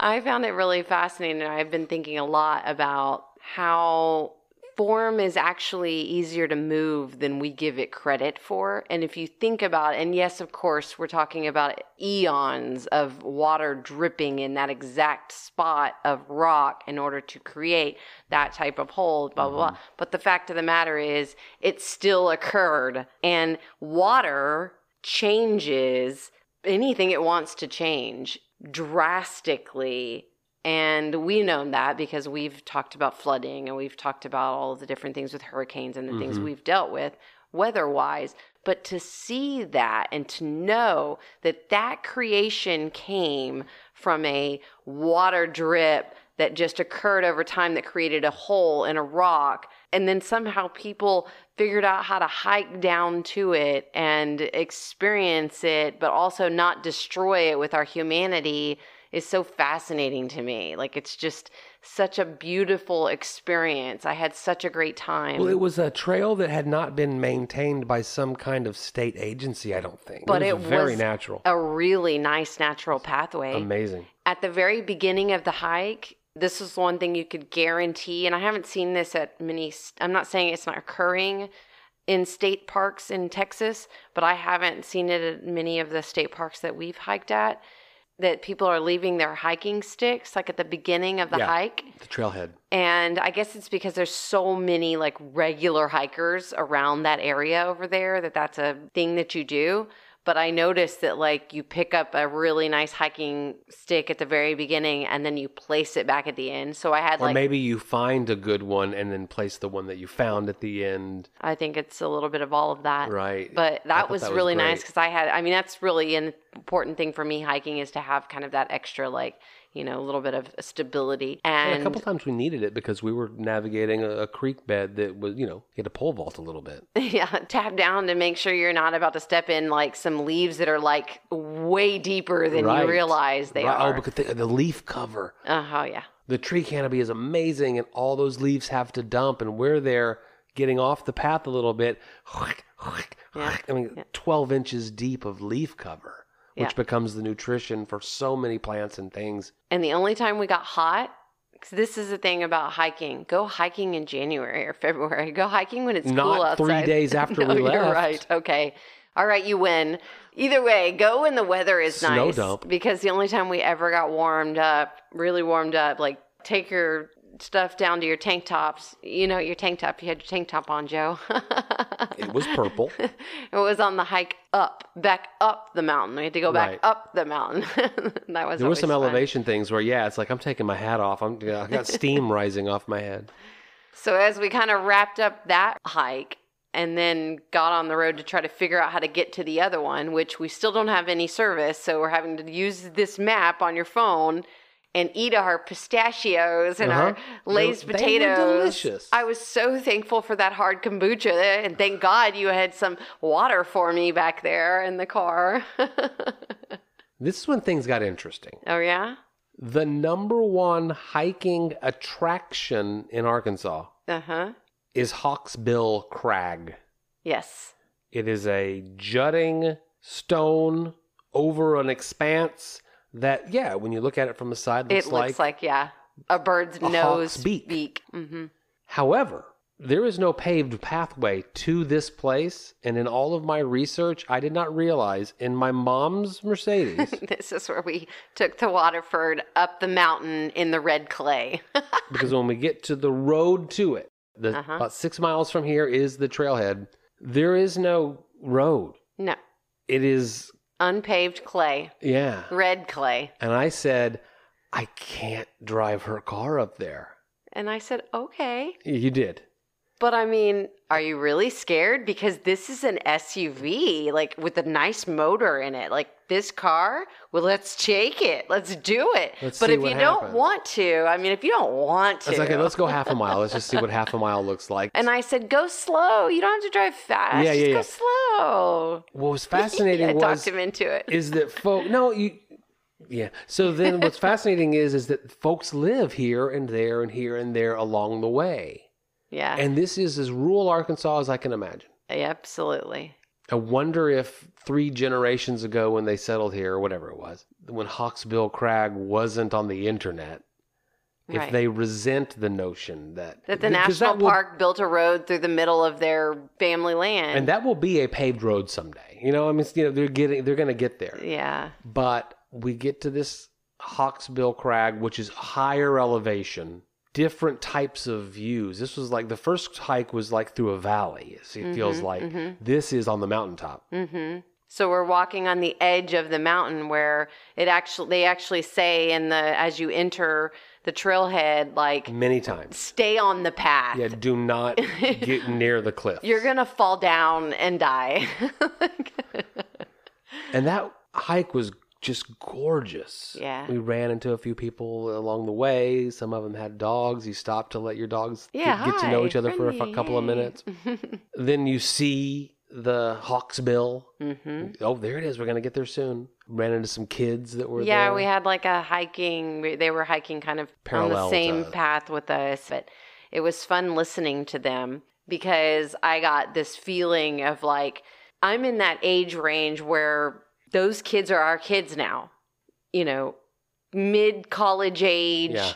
S1: I found it really fascinating. and I've been thinking a lot about how form is actually easier to move than we give it credit for. And if you think about it, and yes, of course, we're talking about eons of water dripping in that exact spot of rock in order to create that type of hole, blah, blah,
S2: Mm-hmm.
S1: blah. But the fact of the matter is, it still occurred. And water changes anything it wants to change drastically. And we know that because we've talked about flooding and we've talked about all the different things with hurricanes and the things we've dealt with weather wise. But to see that and to know that that creation came from a water drip that just occurred over time that created a hole in a rock. And then somehow people figured out how to hike down to it and experience it, but also not destroy it with our humanity is so fascinating to me. Like it's just such a beautiful experience. I had such a great time.
S2: Well, it was a trail that had not been maintained by some kind of state agency, I don't think.
S1: But
S2: it
S1: it
S2: was very
S1: was-
S2: natural.
S1: a really nice natural pathway.
S2: Amazing.
S1: at the very beginning of the hike, this is one thing you could guarantee, and I haven't seen this at many. I'm not saying it's not occurring in state parks in Texas, but I haven't seen it at many of the state parks that we've hiked at. that people are leaving their hiking sticks like at the beginning of the
S2: Yeah.
S1: hike.
S2: The trailhead.
S1: And I guess it's because there's so many like regular hikers around that area over there that that's a thing that you do. But I noticed that like you pick up a really nice hiking stick at the very beginning and then you place it back at the end. So I had
S2: Or
S1: like
S2: maybe you find a good one and then place the one that you found at the end.
S1: I think it's a little bit of all of that.
S2: Right.
S1: But that
S2: I thought
S1: was
S2: that was
S1: really nice
S2: great.
S1: because I had, I mean, that's really an important thing for me hiking is to have kind of that extra, like, you know, a little bit of stability.
S2: And
S1: And
S2: a couple times we needed it because we were navigating a, a creek bed that was, you know, you had to pole vault a little bit.
S1: (laughs) yeah, tap down to make sure you're not about to step in like some leaves that are like way deeper than
S2: Right.
S1: you realize they
S2: Right.
S1: are.
S2: Oh, because the, the leaf cover.
S1: Uh huh, yeah.
S2: the tree canopy is amazing and all those leaves have to dump and we're there getting off the path a little bit
S1: Yeah.
S2: i mean 12 inches deep of leaf cover which
S1: Yeah.
S2: becomes the nutrition for so many plants and things
S1: And the only time we got hot, because this is the thing about hiking go hiking in January or February. Go hiking when it's cool
S2: not
S1: outside.
S2: three days
S1: (laughs)
S2: after
S1: no,
S2: we left
S1: You're right. Okay. All right, you win. Either way, go when the weather is
S2: Snow
S1: nice.
S2: dump.
S1: Because the only time we ever got warmed up, really warmed up, like take your stuff down to your tank tops. You know, your tank top. You had your tank top on, Joe. (laughs)
S2: it was purple
S1: it was on the hike up, back up the mountain. We had to go back
S2: Right.
S1: up the mountain. (laughs) that was
S2: there were
S1: always
S2: some
S1: fun.
S2: elevation things where yeah it's like i'm taking my hat off i'm yeah, i got
S1: (laughs)
S2: steam rising off my head
S1: So as we kind of wrapped up that hike and then got on the road to try to figure out how to get to the other one, which we still don't have any service, so we're having to use this map on your phone and eat our pistachios and
S2: Uh-huh.
S1: our
S2: They-
S1: Lay's
S2: they were
S1: potatoes.
S2: delicious.
S1: I was so thankful for that hard kombucha, and thank God you had some water for me back there in the car. (laughs)
S2: this is when things got interesting
S1: oh yeah,
S2: the number one hiking attraction in arkansas
S1: uh huh,
S2: is hawksbill crag
S1: yes,
S2: It is a jutting stone over an expanse that, yeah, when you look at it from the side, looks
S1: it
S2: like.
S1: looks like yeah, a bird's
S2: a
S1: nose
S2: hawk's beak.
S1: Mm-hmm.
S2: However, there is no paved pathway to this place, and in all of my research, I did not realize in my mom's Mercedes
S1: (laughs) This is where we took the Waterford up the mountain in the red clay. (laughs)
S2: because when we get to the road to it, the,
S1: Uh-huh.
S2: about six miles from here is the trailhead. There is no road.
S1: no,
S2: It is,
S1: unpaved clay,
S2: yeah.
S1: red clay.
S2: And I said, I can't drive her car up there.
S1: And I said, okay.
S2: You did.
S1: But I mean, are you really scared? Because this is an SUV, like with a nice motor in it. Like this car, well, let's take it. Let's do it.
S2: Let's
S1: but
S2: see
S1: if
S2: what
S1: you don't
S2: happens.
S1: want to, I mean, if you don't want to.
S2: It's like, let's go half a mile. Let's just see what half a mile looks like.
S1: and I said, go slow. You don't have to drive fast.
S2: Yeah, yeah,
S1: Just go slow. (laughs)
S2: what was fascinating
S1: I talked
S2: was
S1: him into it.
S2: is that folk. No, you. Yeah. So
S1: (laughs)
S2: then, what's fascinating is is that folks live here and there and here and there along the way,
S1: yeah.
S2: and this is as rural Arkansas as I can imagine.
S1: yeah, absolutely.
S2: I wonder if three generations ago, when they settled here or whatever it was, when Hawksbill Crag wasn't on the internet, if
S1: Right.
S2: they resent the notion that
S1: that the
S2: because that
S1: national
S2: will-
S1: park built a road through the middle of their family land.
S2: and that will be a paved road someday. You know, I mean, it's- you know, they're getting, they're going to get there.
S1: yeah,
S2: But we get to this Hawksbill Crag, which is higher elevation, different types of views. This was like the first hike was like through a valley. It feels
S1: Mm-hmm,
S2: like this is on the mountaintop.
S1: so we're walking on the edge of the mountain where it actually they actually say in the as you enter the trailhead like
S2: Many times,
S1: stay on the path.
S2: Mm. yeah.
S1: (laughs)
S2: Do not get near the cliff.
S1: You're gonna fall down and die. (laughs)
S2: And that hike was just gorgeous.
S1: Yeah.
S2: We ran into a few people along the way. Some of them had dogs. You stop to let your dogs
S1: Yeah,
S2: get, get to know
S1: hi,
S2: each other for a fu-
S1: friendly,
S2: couple of
S1: yay. (laughs)
S2: minutes. then you see the Hawksbill. Mm-hmm. Oh, there it is. We're going to get there soon. Ran into some kids that were there.
S1: yeah, we had like a hiking. we- They were hiking kind of on
S2: Parallel
S1: the same
S2: to-
S1: path with us, but it was fun listening to them because I got this feeling of like I'm in that age range where those kids are our kids now. You know, mid college age,
S2: Yeah.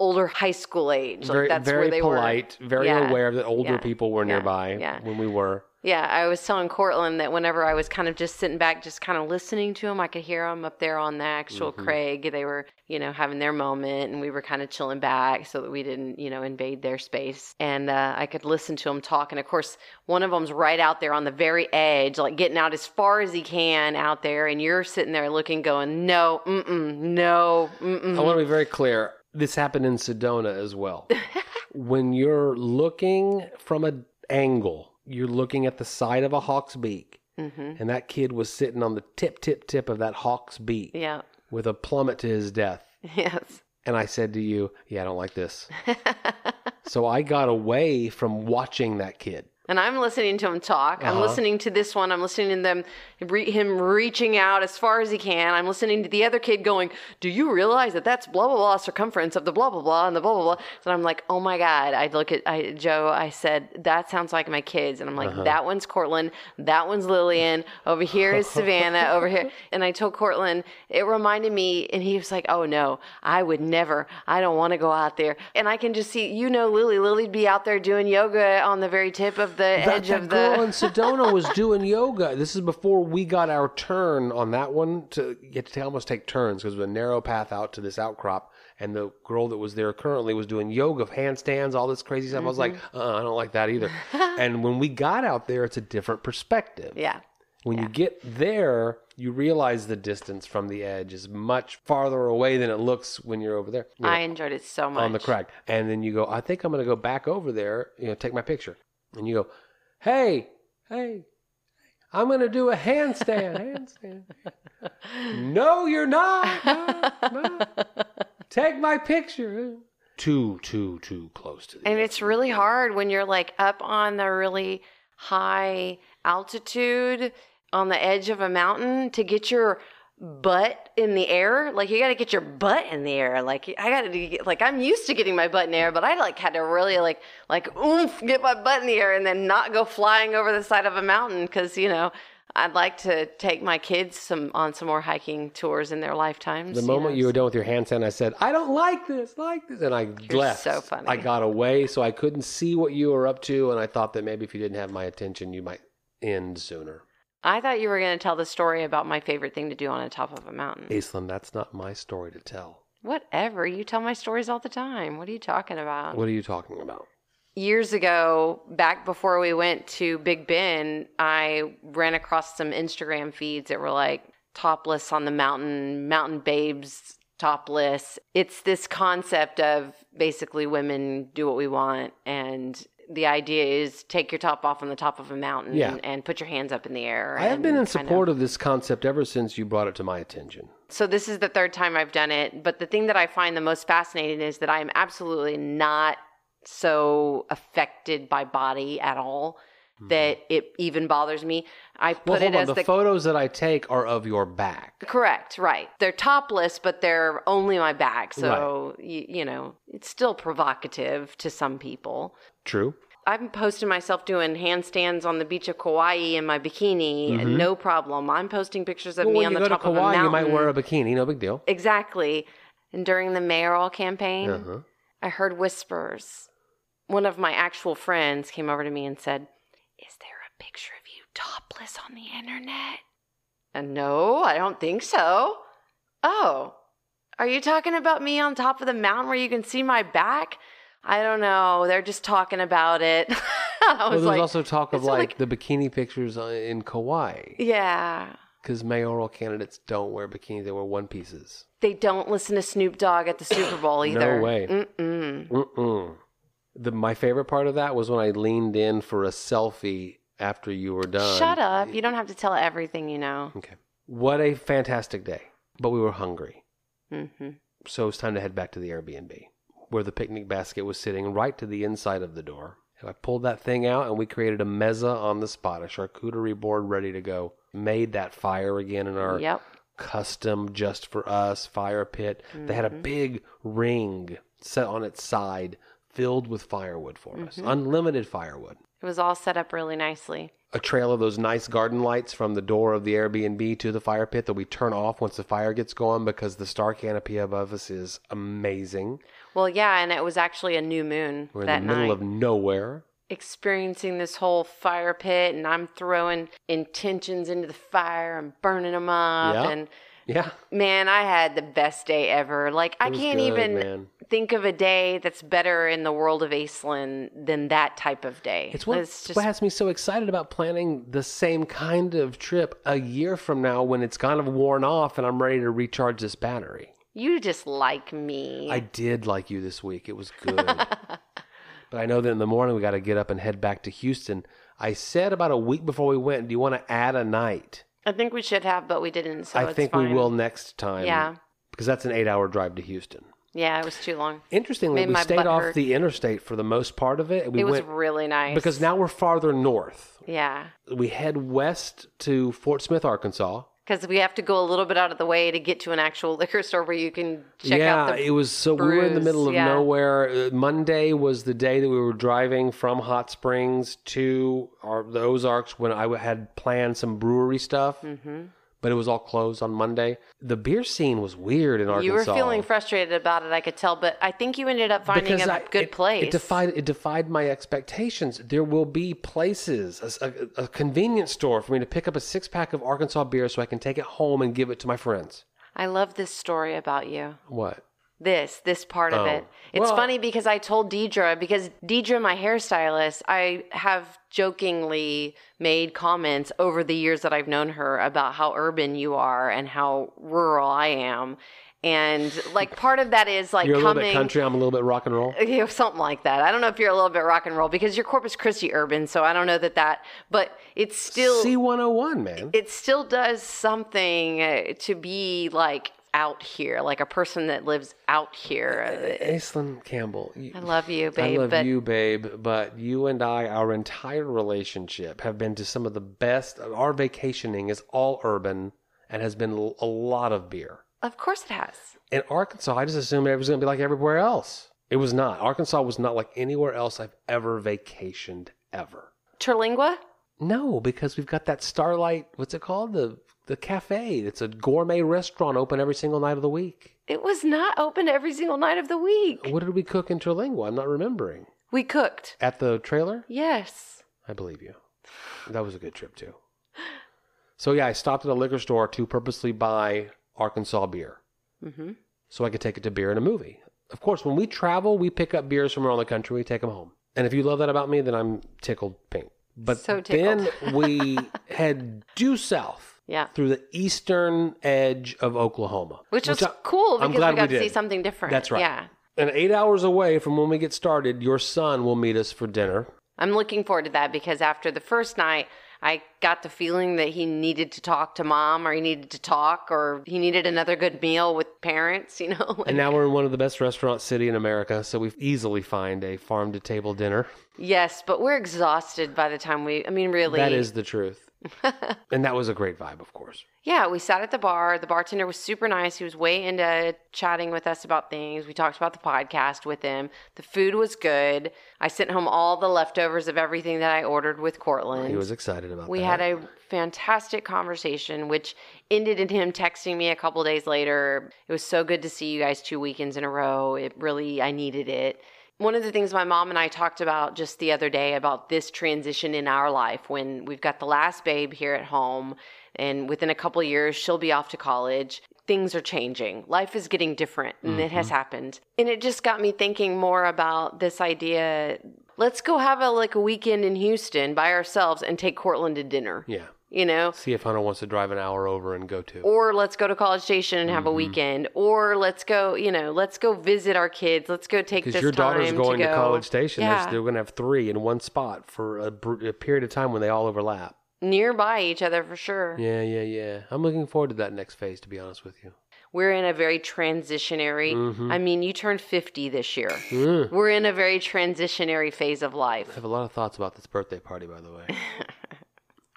S1: older high school age. like
S2: Very,
S1: that's
S2: very
S1: where they
S2: polite, very
S1: Yeah.
S2: aware that older
S1: Yeah.
S2: people were
S1: Yeah.
S2: nearby
S1: Yeah.
S2: when we were.
S1: Yeah, I was telling Cortland that whenever I was kind of just sitting back, just kind of listening to him, I could hear him up there on the actual
S2: Mhm.
S1: Craig. They were, you know, having their moment, and we were kind of chilling back so that we didn't, you know, invade their space. And uh, I could listen to him talk. And of course, one of them's right out there on the very edge, like getting out as far as he can out there. And you're sitting there looking, going, no, mm-mm, no, mm-mm.
S2: I want to be very clear. This happened in Sedona
S1: (laughs)
S2: as well. when you're looking from an angle, you're looking at the side of a hawk's beak,
S1: mm-hmm.
S2: and that kid was sitting on the tip, tip, tip of that hawk's beak
S1: Yeah. (laughs)
S2: with a plummet to his death.
S1: Yes.
S2: And I said to you, Yeah, I don't
S1: (laughs)
S2: like this. so I got away from watching that kid.
S1: And I'm listening to him talk. I'm
S2: Uh-huh.
S1: listening to this one. I'm listening to them, re- him reaching out as far as he can. I'm listening to the other kid going, "Do you realize that that's blah blah blah circumference of the blah blah blah and the blah blah blah?" So I'm like, "Oh my god!" I look at I, Joe. I said, "That sounds like my kids." And I'm like,
S2: Uh-huh.
S1: "That one's Cortland. That one's Lillian. Over here is Savannah. over
S2: (laughs)
S1: here." And I told Cortland it reminded me, and he was like, "Oh no, I would never. I don't want to go out there." And I can just see, you know, Lily. Lily'd be out there doing yoga on the very tip of the
S2: That,
S1: edge
S2: that
S1: of
S2: girl in
S1: the.
S2: Sedona was
S1: (laughs)
S2: doing yoga. This is before we got our turn on that one. To you had to ta- almost take turns because it was a narrow path out to this outcrop, and the girl that was there currently was doing yoga, handstands, all this crazy stuff. I was like,
S1: Mm-hmm.
S2: uh, I don't like
S1: (laughs)
S2: that either. and when we got out there, it's a different perspective.
S1: Yeah.
S2: When you get there, you realize the distance from the edge is much farther away than it looks when you're over there. You know,
S1: I enjoyed it so much.
S2: on
S1: (laughs)
S2: the crack. And then you go, I think I'm going to go back over there, you know, take my picture. And you go, hey, hey, I'm going to do a handstand, handstand. (laughs) no, you're not. No, no. Take my picture. Too, too, too close to the
S1: And
S2: edge.
S1: it's really hard when you're like up on the really high altitude on the edge of a mountain to get your butt in the air. Like you got to get your butt in the air. Like I got to get like I'm used to getting my butt in the air, but I like had to really like like oomph get my butt in the air and then not go flying over the side of a mountain cuz you know I'd like to take my kids some on some more hiking tours in their lifetimes.
S2: The moment
S1: know,
S2: you were done with your handstand, I said, I don't like this, like this. And I left.
S1: so funny.
S2: I got away, so I couldn't see what you were up to. And I thought that maybe if you didn't have my attention, you might end sooner.
S1: I thought you were going to tell the story about my favorite thing to do on the top of a mountain.
S2: Aislinn, that's not my story to tell.
S1: Whatever. You tell my stories all the time. What are you talking about?
S2: What are you talking about?
S1: Years ago, back before we went to Big Ben, I ran across some Instagram feeds that were like topless on the mountain, mountain babes topless. It's this concept of basically women do what we want and the idea is take your top off on the top of a mountain
S2: Yeah.
S1: and, put your hands up in the air.
S2: I have been in
S1: and kind of-
S2: support of this concept ever since you brought it to my attention.
S1: So this is the third time I've done it, but the thing that I find the most fascinating is that I'm absolutely not so affected by body at all that it even bothers me. I put it
S2: Mm-hmm. Well, hold on.
S1: as
S2: The,
S1: the
S2: photos that I take are of your back.
S1: correct, right? They're topless, but they're only my back, so y- you know it's still provocative to some people.
S2: True.
S1: I'm posting myself doing handstands on the beach of Kauai in my bikini, no problem. I'm posting pictures of
S2: Mm-hmm. Well,
S1: me
S2: when
S1: on the
S2: you go to
S1: top of a
S2: Kauai,
S1: mountain.
S2: you might wear a bikini. No big deal.
S1: Exactly. And during the mayoral campaign,
S2: Uh-huh.
S1: I heard whispers. One of my actual friends came over to me and said, Is there a picture of you topless on the internet? And no, I don't think so. Oh, are you talking about me on top of the mountain where you can see my back? I don't know. They're just talking about it. (laughs) I
S2: Well,
S1: was
S2: there's
S1: like,
S2: also talk of
S1: it's not
S2: like, the bikini pictures on- in Kauai
S1: Yeah.
S2: because mayoral candidates don't wear bikinis; they wear one pieces.
S1: They don't listen to Snoop Dogg at the Super Bowl either.
S2: way.
S1: Mm-mm.
S2: Mm-mm. The, my favorite part of that was when I leaned in for a selfie after you were done.
S1: Shut up. You don't have to tell everything you know.
S2: Okay. What a fantastic day! But we were hungry.
S1: hmm
S2: so it's time to head back to the Airbnb where the picnic basket was sitting right to the inside of the door. And I pulled that thing out and we created a mezza on the spot, a charcuterie board ready to go. Made that fire again in our
S1: Yep.
S2: custom just for us fire pit. They had a big ring set on its side filled with firewood for us, unlimited firewood.
S1: It was all set up really nicely.
S2: A trail of those nice garden lights from the door of the Airbnb to the fire pit that we turn off once the fire gets going because the star canopy above us is amazing.
S1: Well, yeah, and it was actually a new moon
S2: We're in
S1: that
S2: the middle
S1: night.
S2: of nowhere.
S1: experiencing this whole fire pit and I'm throwing intentions into the fire, I'm burning them up
S2: Yeah.
S1: and
S2: Yeah.
S1: man, I had the best day ever. Like I
S2: It was
S1: can't
S2: good,
S1: even
S2: man.
S1: think of a day that's better in the world of Aislinn than that type of day.
S2: It's what,
S1: just
S2: what has me so excited about planning the same kind of trip a year from now when it's kind of worn off and I'm ready to recharge this battery.
S1: you just like me.
S2: I did like you this week.
S1: (laughs)
S2: It was good. but I know that in the morning we got to get up and head back to Houston. I said about a week before we went, do you want to add a night?
S1: I think we should have, but we didn't. So
S2: I
S1: Oh, it's
S2: think we
S1: fine.
S2: will next time.
S1: Yeah.
S2: Because that's an eight hour drive to Houston.
S1: Yeah, it was too long.
S2: Interestingly,
S1: Made
S2: we
S1: my
S2: stayed
S1: butt
S2: off
S1: hurt.
S2: the interstate for the most part of it. and We
S1: it was
S2: went
S1: really nice
S2: because now we're farther north.
S1: Yeah,
S2: We head west to Fort Smith, Arkansas.
S1: because we have to go a little bit out of the way to get to an actual (laughs) liquor store where you can check
S2: yeah,
S1: out the.
S2: it was so we were in the
S1: brews,
S2: middle of
S1: yeah.
S2: nowhere. Uh, Monday was the day that we were driving from Hot Springs to our, the Ozarks when I had planned some brewery stuff,
S1: Mhm.
S2: but it was all closed on Monday. The beer scene was weird in Arkansas.
S1: You were feeling frustrated about it, I could tell, but I think you ended up finding
S2: Because
S1: a
S2: I-
S1: good
S2: it,
S1: place.
S2: It defied it defied my expectations. There will be places, a s- a, a convenience store for me to pick up a six pack of Arkansas beer so I can take it home and give it to my friends.
S1: I love this story about you.
S2: What?
S1: This, this part of
S2: Oh.
S1: it. It's
S2: Well-
S1: funny because I told Deidre, because Deidre, my hairstylist, I have jokingly made comments over the years that I've known her about how urban you are and how rural I am. And like part of that is like
S2: You're a little
S1: coming
S2: bit country. I'm a little bit rock and roll.
S1: you know, (laughs) something like that. I don't know if you're a little bit rock and roll because you're Corpus Christi urban, so I don't know that that, but it's still
S2: C101, man.
S1: it still does something uh, to be like out here, like a person that lives out here.
S2: Aislinn Campbell. you-
S1: I love you, babe,
S2: I love
S1: but
S2: you, babe, but you and I, our entire relationship, have been to some of the best. Our vacationing is all urban and has been l- a lot of beer.
S1: of course it has.
S2: In Arkansas, I just assumed it was going to be like everywhere else. It was not. Arkansas was not like anywhere else I've ever vacationed ever.
S1: Terlingua?
S2: No, because we've got that Starlight. What's it called? The the cafe. It's a gourmet restaurant open every single night of the week.
S1: It was not open every single night of the week.
S2: What did we cook in Terlingua? I'm not remembering.
S1: We cooked.
S2: At the trailer?
S1: Yes.
S2: I believe you. That was a good trip too. So yeah, I stopped at a liquor store to purposely buy Arkansas beer
S1: hmm
S2: so I could take it to beer in a movie. Of course, when we travel, we pick up beers from around the country, we take them home. And if you love that about me, then I'm tickled pink. But
S1: So
S2: then
S1: tickled. (laughs)
S2: we head due south
S1: Yeah.
S2: through the eastern edge of Oklahoma,
S1: Which was
S2: I-
S1: cool
S2: I'm
S1: because we
S2: glad
S1: got
S2: we
S1: to see
S2: did.
S1: something different.
S2: That's right.
S1: Yeah.
S2: and eight hours away from when we get started, your son will meet us for dinner.
S1: I'm looking forward to that because after the first night, I got the feeling that he needed to talk to mom or he needed to talk or he needed another good meal with parents, (laughs) you know?
S2: And now we're in one of the best restaurant city in America, so we easily find a farm to table dinner.
S1: yes, but we're exhausted by the time we, I mean, really.
S2: That is the truth.
S1: (laughs)
S2: and that was a great vibe, of course.
S1: Yeah, we sat at the bar. The bartender was super nice. He was way into chatting with us about things. We talked about the podcast with him. The food was good. I sent home all the leftovers of everything that I ordered with Cortland.
S2: He was excited about
S1: We had
S2: that.
S1: a fantastic conversation, which ended in him texting me a couple days later. It was so good to see you guys two weekends in a row. It really, I needed it. One of the things my mom and I talked about just the other day about this transition in our life when we've got the last babe here at home, and within a couple years, she'll be off to college. Things are changing. Life is getting different, and it has happened. And it just got me thinking more about this idea let's go have a like a weekend in Houston by ourselves and take Cortland to dinner.
S2: Yeah.
S1: You know?
S2: See if Hunter wants to drive an hour over and go to.
S1: Or let's go to College Station and
S2: Mm-hmm.
S1: have a weekend. Or let's go, you know, let's go visit our kids. Let's go take
S2: Because
S1: this
S2: your
S1: time
S2: daughter's going to,
S1: go.
S2: College Station. There's-
S1: Yeah.
S2: They're going to have three in one spot for a, br- a period of time when they all overlap.
S1: nearby each other for sure.
S2: Yeah, yeah, yeah. I'm looking forward to that next phase, to be honest with you.
S1: We're in a very transitionary.
S2: Mm-hmm.
S1: I mean, you turned 50 this year.
S2: Mm.
S1: We're in a very transitionary phase of life.
S2: I have a lot of thoughts about this birthday party,
S1: (laughs)
S2: by the way.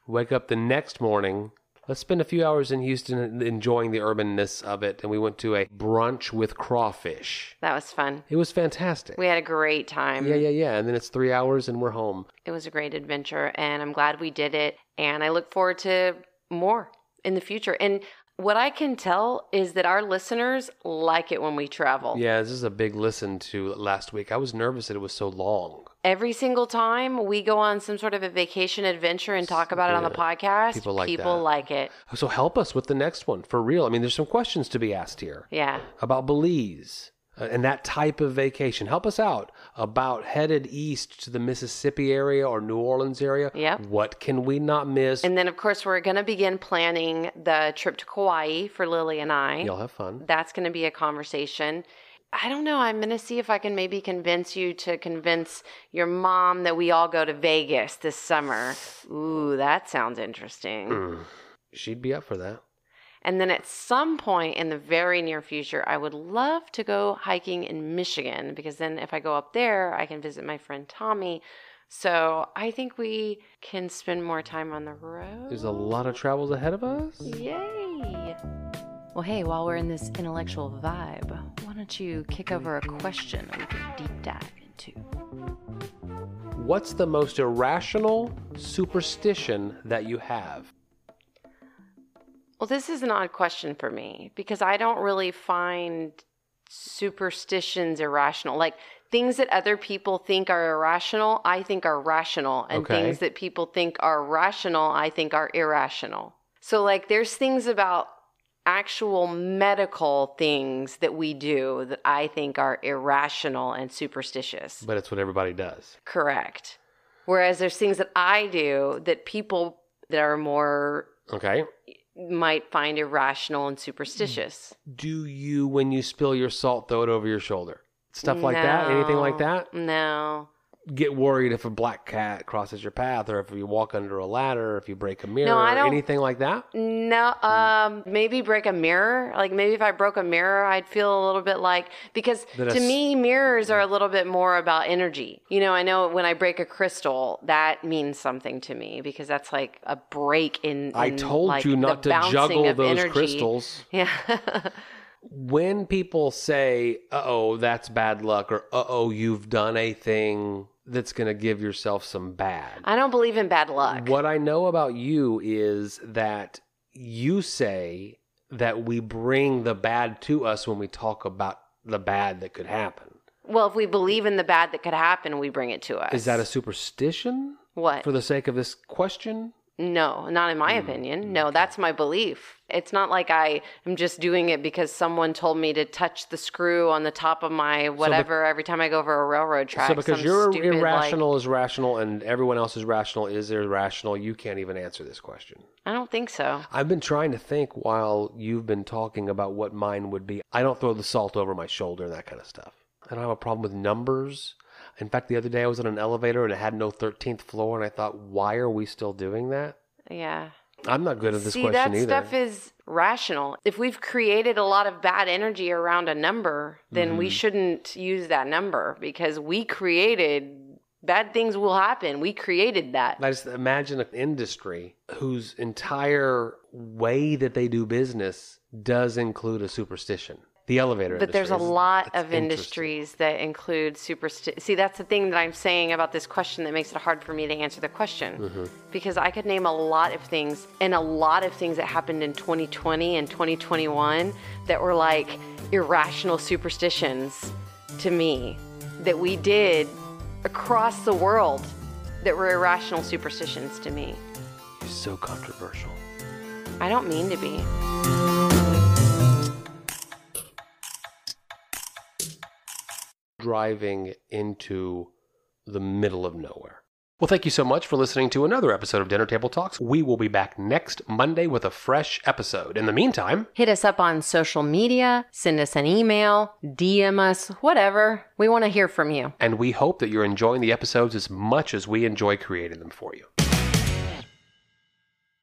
S2: Wake up the next morning. Let's spend a few hours in Houston enjoying the urbanness of it. And we went to a brunch with crawfish.
S1: That was fun.
S2: It was fantastic.
S1: We had a great time.
S2: Yeah, yeah, yeah. And then it's three hours and we're home.
S1: It was a great adventure, and I'm glad we did it. And I look forward to more in the future. And what I can tell is that our listeners like it when we travel.
S2: Yeah, this is a big listen to last week. I was nervous that it was so long.
S1: every single time we go on some sort of a vacation adventure and talk about it on the podcast,
S2: People like that.
S1: like it.
S2: So help us with the next one for real. I mean, there's some questions to be asked here
S1: Yeah.
S2: about Belize uh, and that type of vacation. Help us out about headed east to the Mississippi area or New Orleans area.
S1: Yep.
S2: What can we not miss?
S1: And then, of course, we're going to begin planning the trip to Kauai for Lily and I.
S2: Y'all have fun.
S1: That's going to be a conversation. I don't know. I'm going to see if I can maybe convince you to convince your mom that we all go to Vegas this summer. Ooh, that sounds interesting.
S2: Mm. She'd be up for that.
S1: And then at some point in the very near future, I would love to go hiking in Michigan because then if I go up there, I can visit my friend Tommy. So I think we can spend more time on the road.
S2: There's a lot of travels ahead of us.
S1: Yay! Well, hey, while we're in this intellectual vibe, why don't you kick over a question that we can deep dive into?
S2: What's the most irrational superstition that you have?
S1: Well, this is an odd question for me because I don't really find superstitions irrational. Like things that other people think are irrational, I think are rational. And
S2: Okay.
S1: things that people think are rational, I think are irrational. So, like, there's things about actual medical things that we do that I think are irrational and superstitious.
S2: But it's what everybody does.
S1: Correct. Whereas there's things that I do that people that are more
S2: Okay.
S1: might find irrational and superstitious.
S2: Do you, when you spill your salt, throw it over your shoulder? Stuff like that? Anything like
S1: No.
S2: that?
S1: No.
S2: Get worried if a black cat crosses your path or if you walk under a ladder or if you break a mirror
S1: I
S2: or
S1: don't-
S2: anything like that?
S1: No, um, maybe break a mirror. Like maybe if I broke a mirror, I'd feel a little bit like because
S2: That
S1: to
S2: is-
S1: me, mirrors are a little bit more about energy. You know, I know when I break a crystal, that means something to me because that's like a break in.
S2: I
S1: in,
S2: told
S1: like,
S2: you
S1: the
S2: not to
S1: bouncing
S2: juggle
S1: of
S2: those
S1: energy.
S2: crystals.
S1: (laughs) Yeah.
S2: When people say, uh oh, that's bad luck or uh oh, you've done a thing that's going to give yourself some bad.
S1: I don't believe in bad luck.
S2: What I know about you is that you say that we bring the bad to us when we talk about the bad that could happen.
S1: Well, if we believe in the bad that could happen, we bring it to us.
S2: Is that a superstition
S1: what?
S2: for the sake of this question?
S1: no, not in
S2: Mm,
S1: my opinion. No, that's my belief. It's not like I am just doing it because someone told me to touch the screw on the top of my whatever every time I go over a railroad track.
S2: so because
S1: some
S2: your
S1: stupid,
S2: irrational is rational and everyone else's rational is irrational, you can't even answer this question.
S1: like- I don't think so.
S2: I've been trying to think while you've been talking about what mine would be. I don't throw the salt over my shoulder and that kind of stuff. I don't have a problem with numbers. In fact, the other day I was on an elevator and it had no 13th floor, and I thought, why are we still doing that?
S1: Yeah.
S2: I'm not good at this
S1: See,
S2: question
S1: that
S2: either.
S1: stuff is rational. If we've created a lot of bad energy around a number, then
S2: Mm-hmm.
S1: we shouldn't use that number because we created bad things will happen. We created that.
S2: I just imagine an industry whose entire way that they do business does include a superstition. The elevator
S1: But there's a
S2: industry is-
S1: lot
S2: that's
S1: of
S2: interesting.
S1: industries that include superstition. See, that's the thing that I'm saying about this question that makes it hard for me to answer the question.
S2: Mm-hmm.
S1: Because I could name a lot of things and a lot of things that happened in 2020 and 2021 that were like irrational superstitions to me that we did across the world that were irrational superstitions to me.
S2: It's so controversial.
S1: I don't mean to be.
S2: driving into the middle of nowhere. Well, thank you so much for listening to another episode of Dinner Table Talks. We will be back next Monday with a fresh episode. In the meantime,
S1: Hit us up on social media, send us an email, DM us, whatever. We want to hear from you.
S2: and we hope that you're enjoying the episodes as much as we enjoy creating them for you.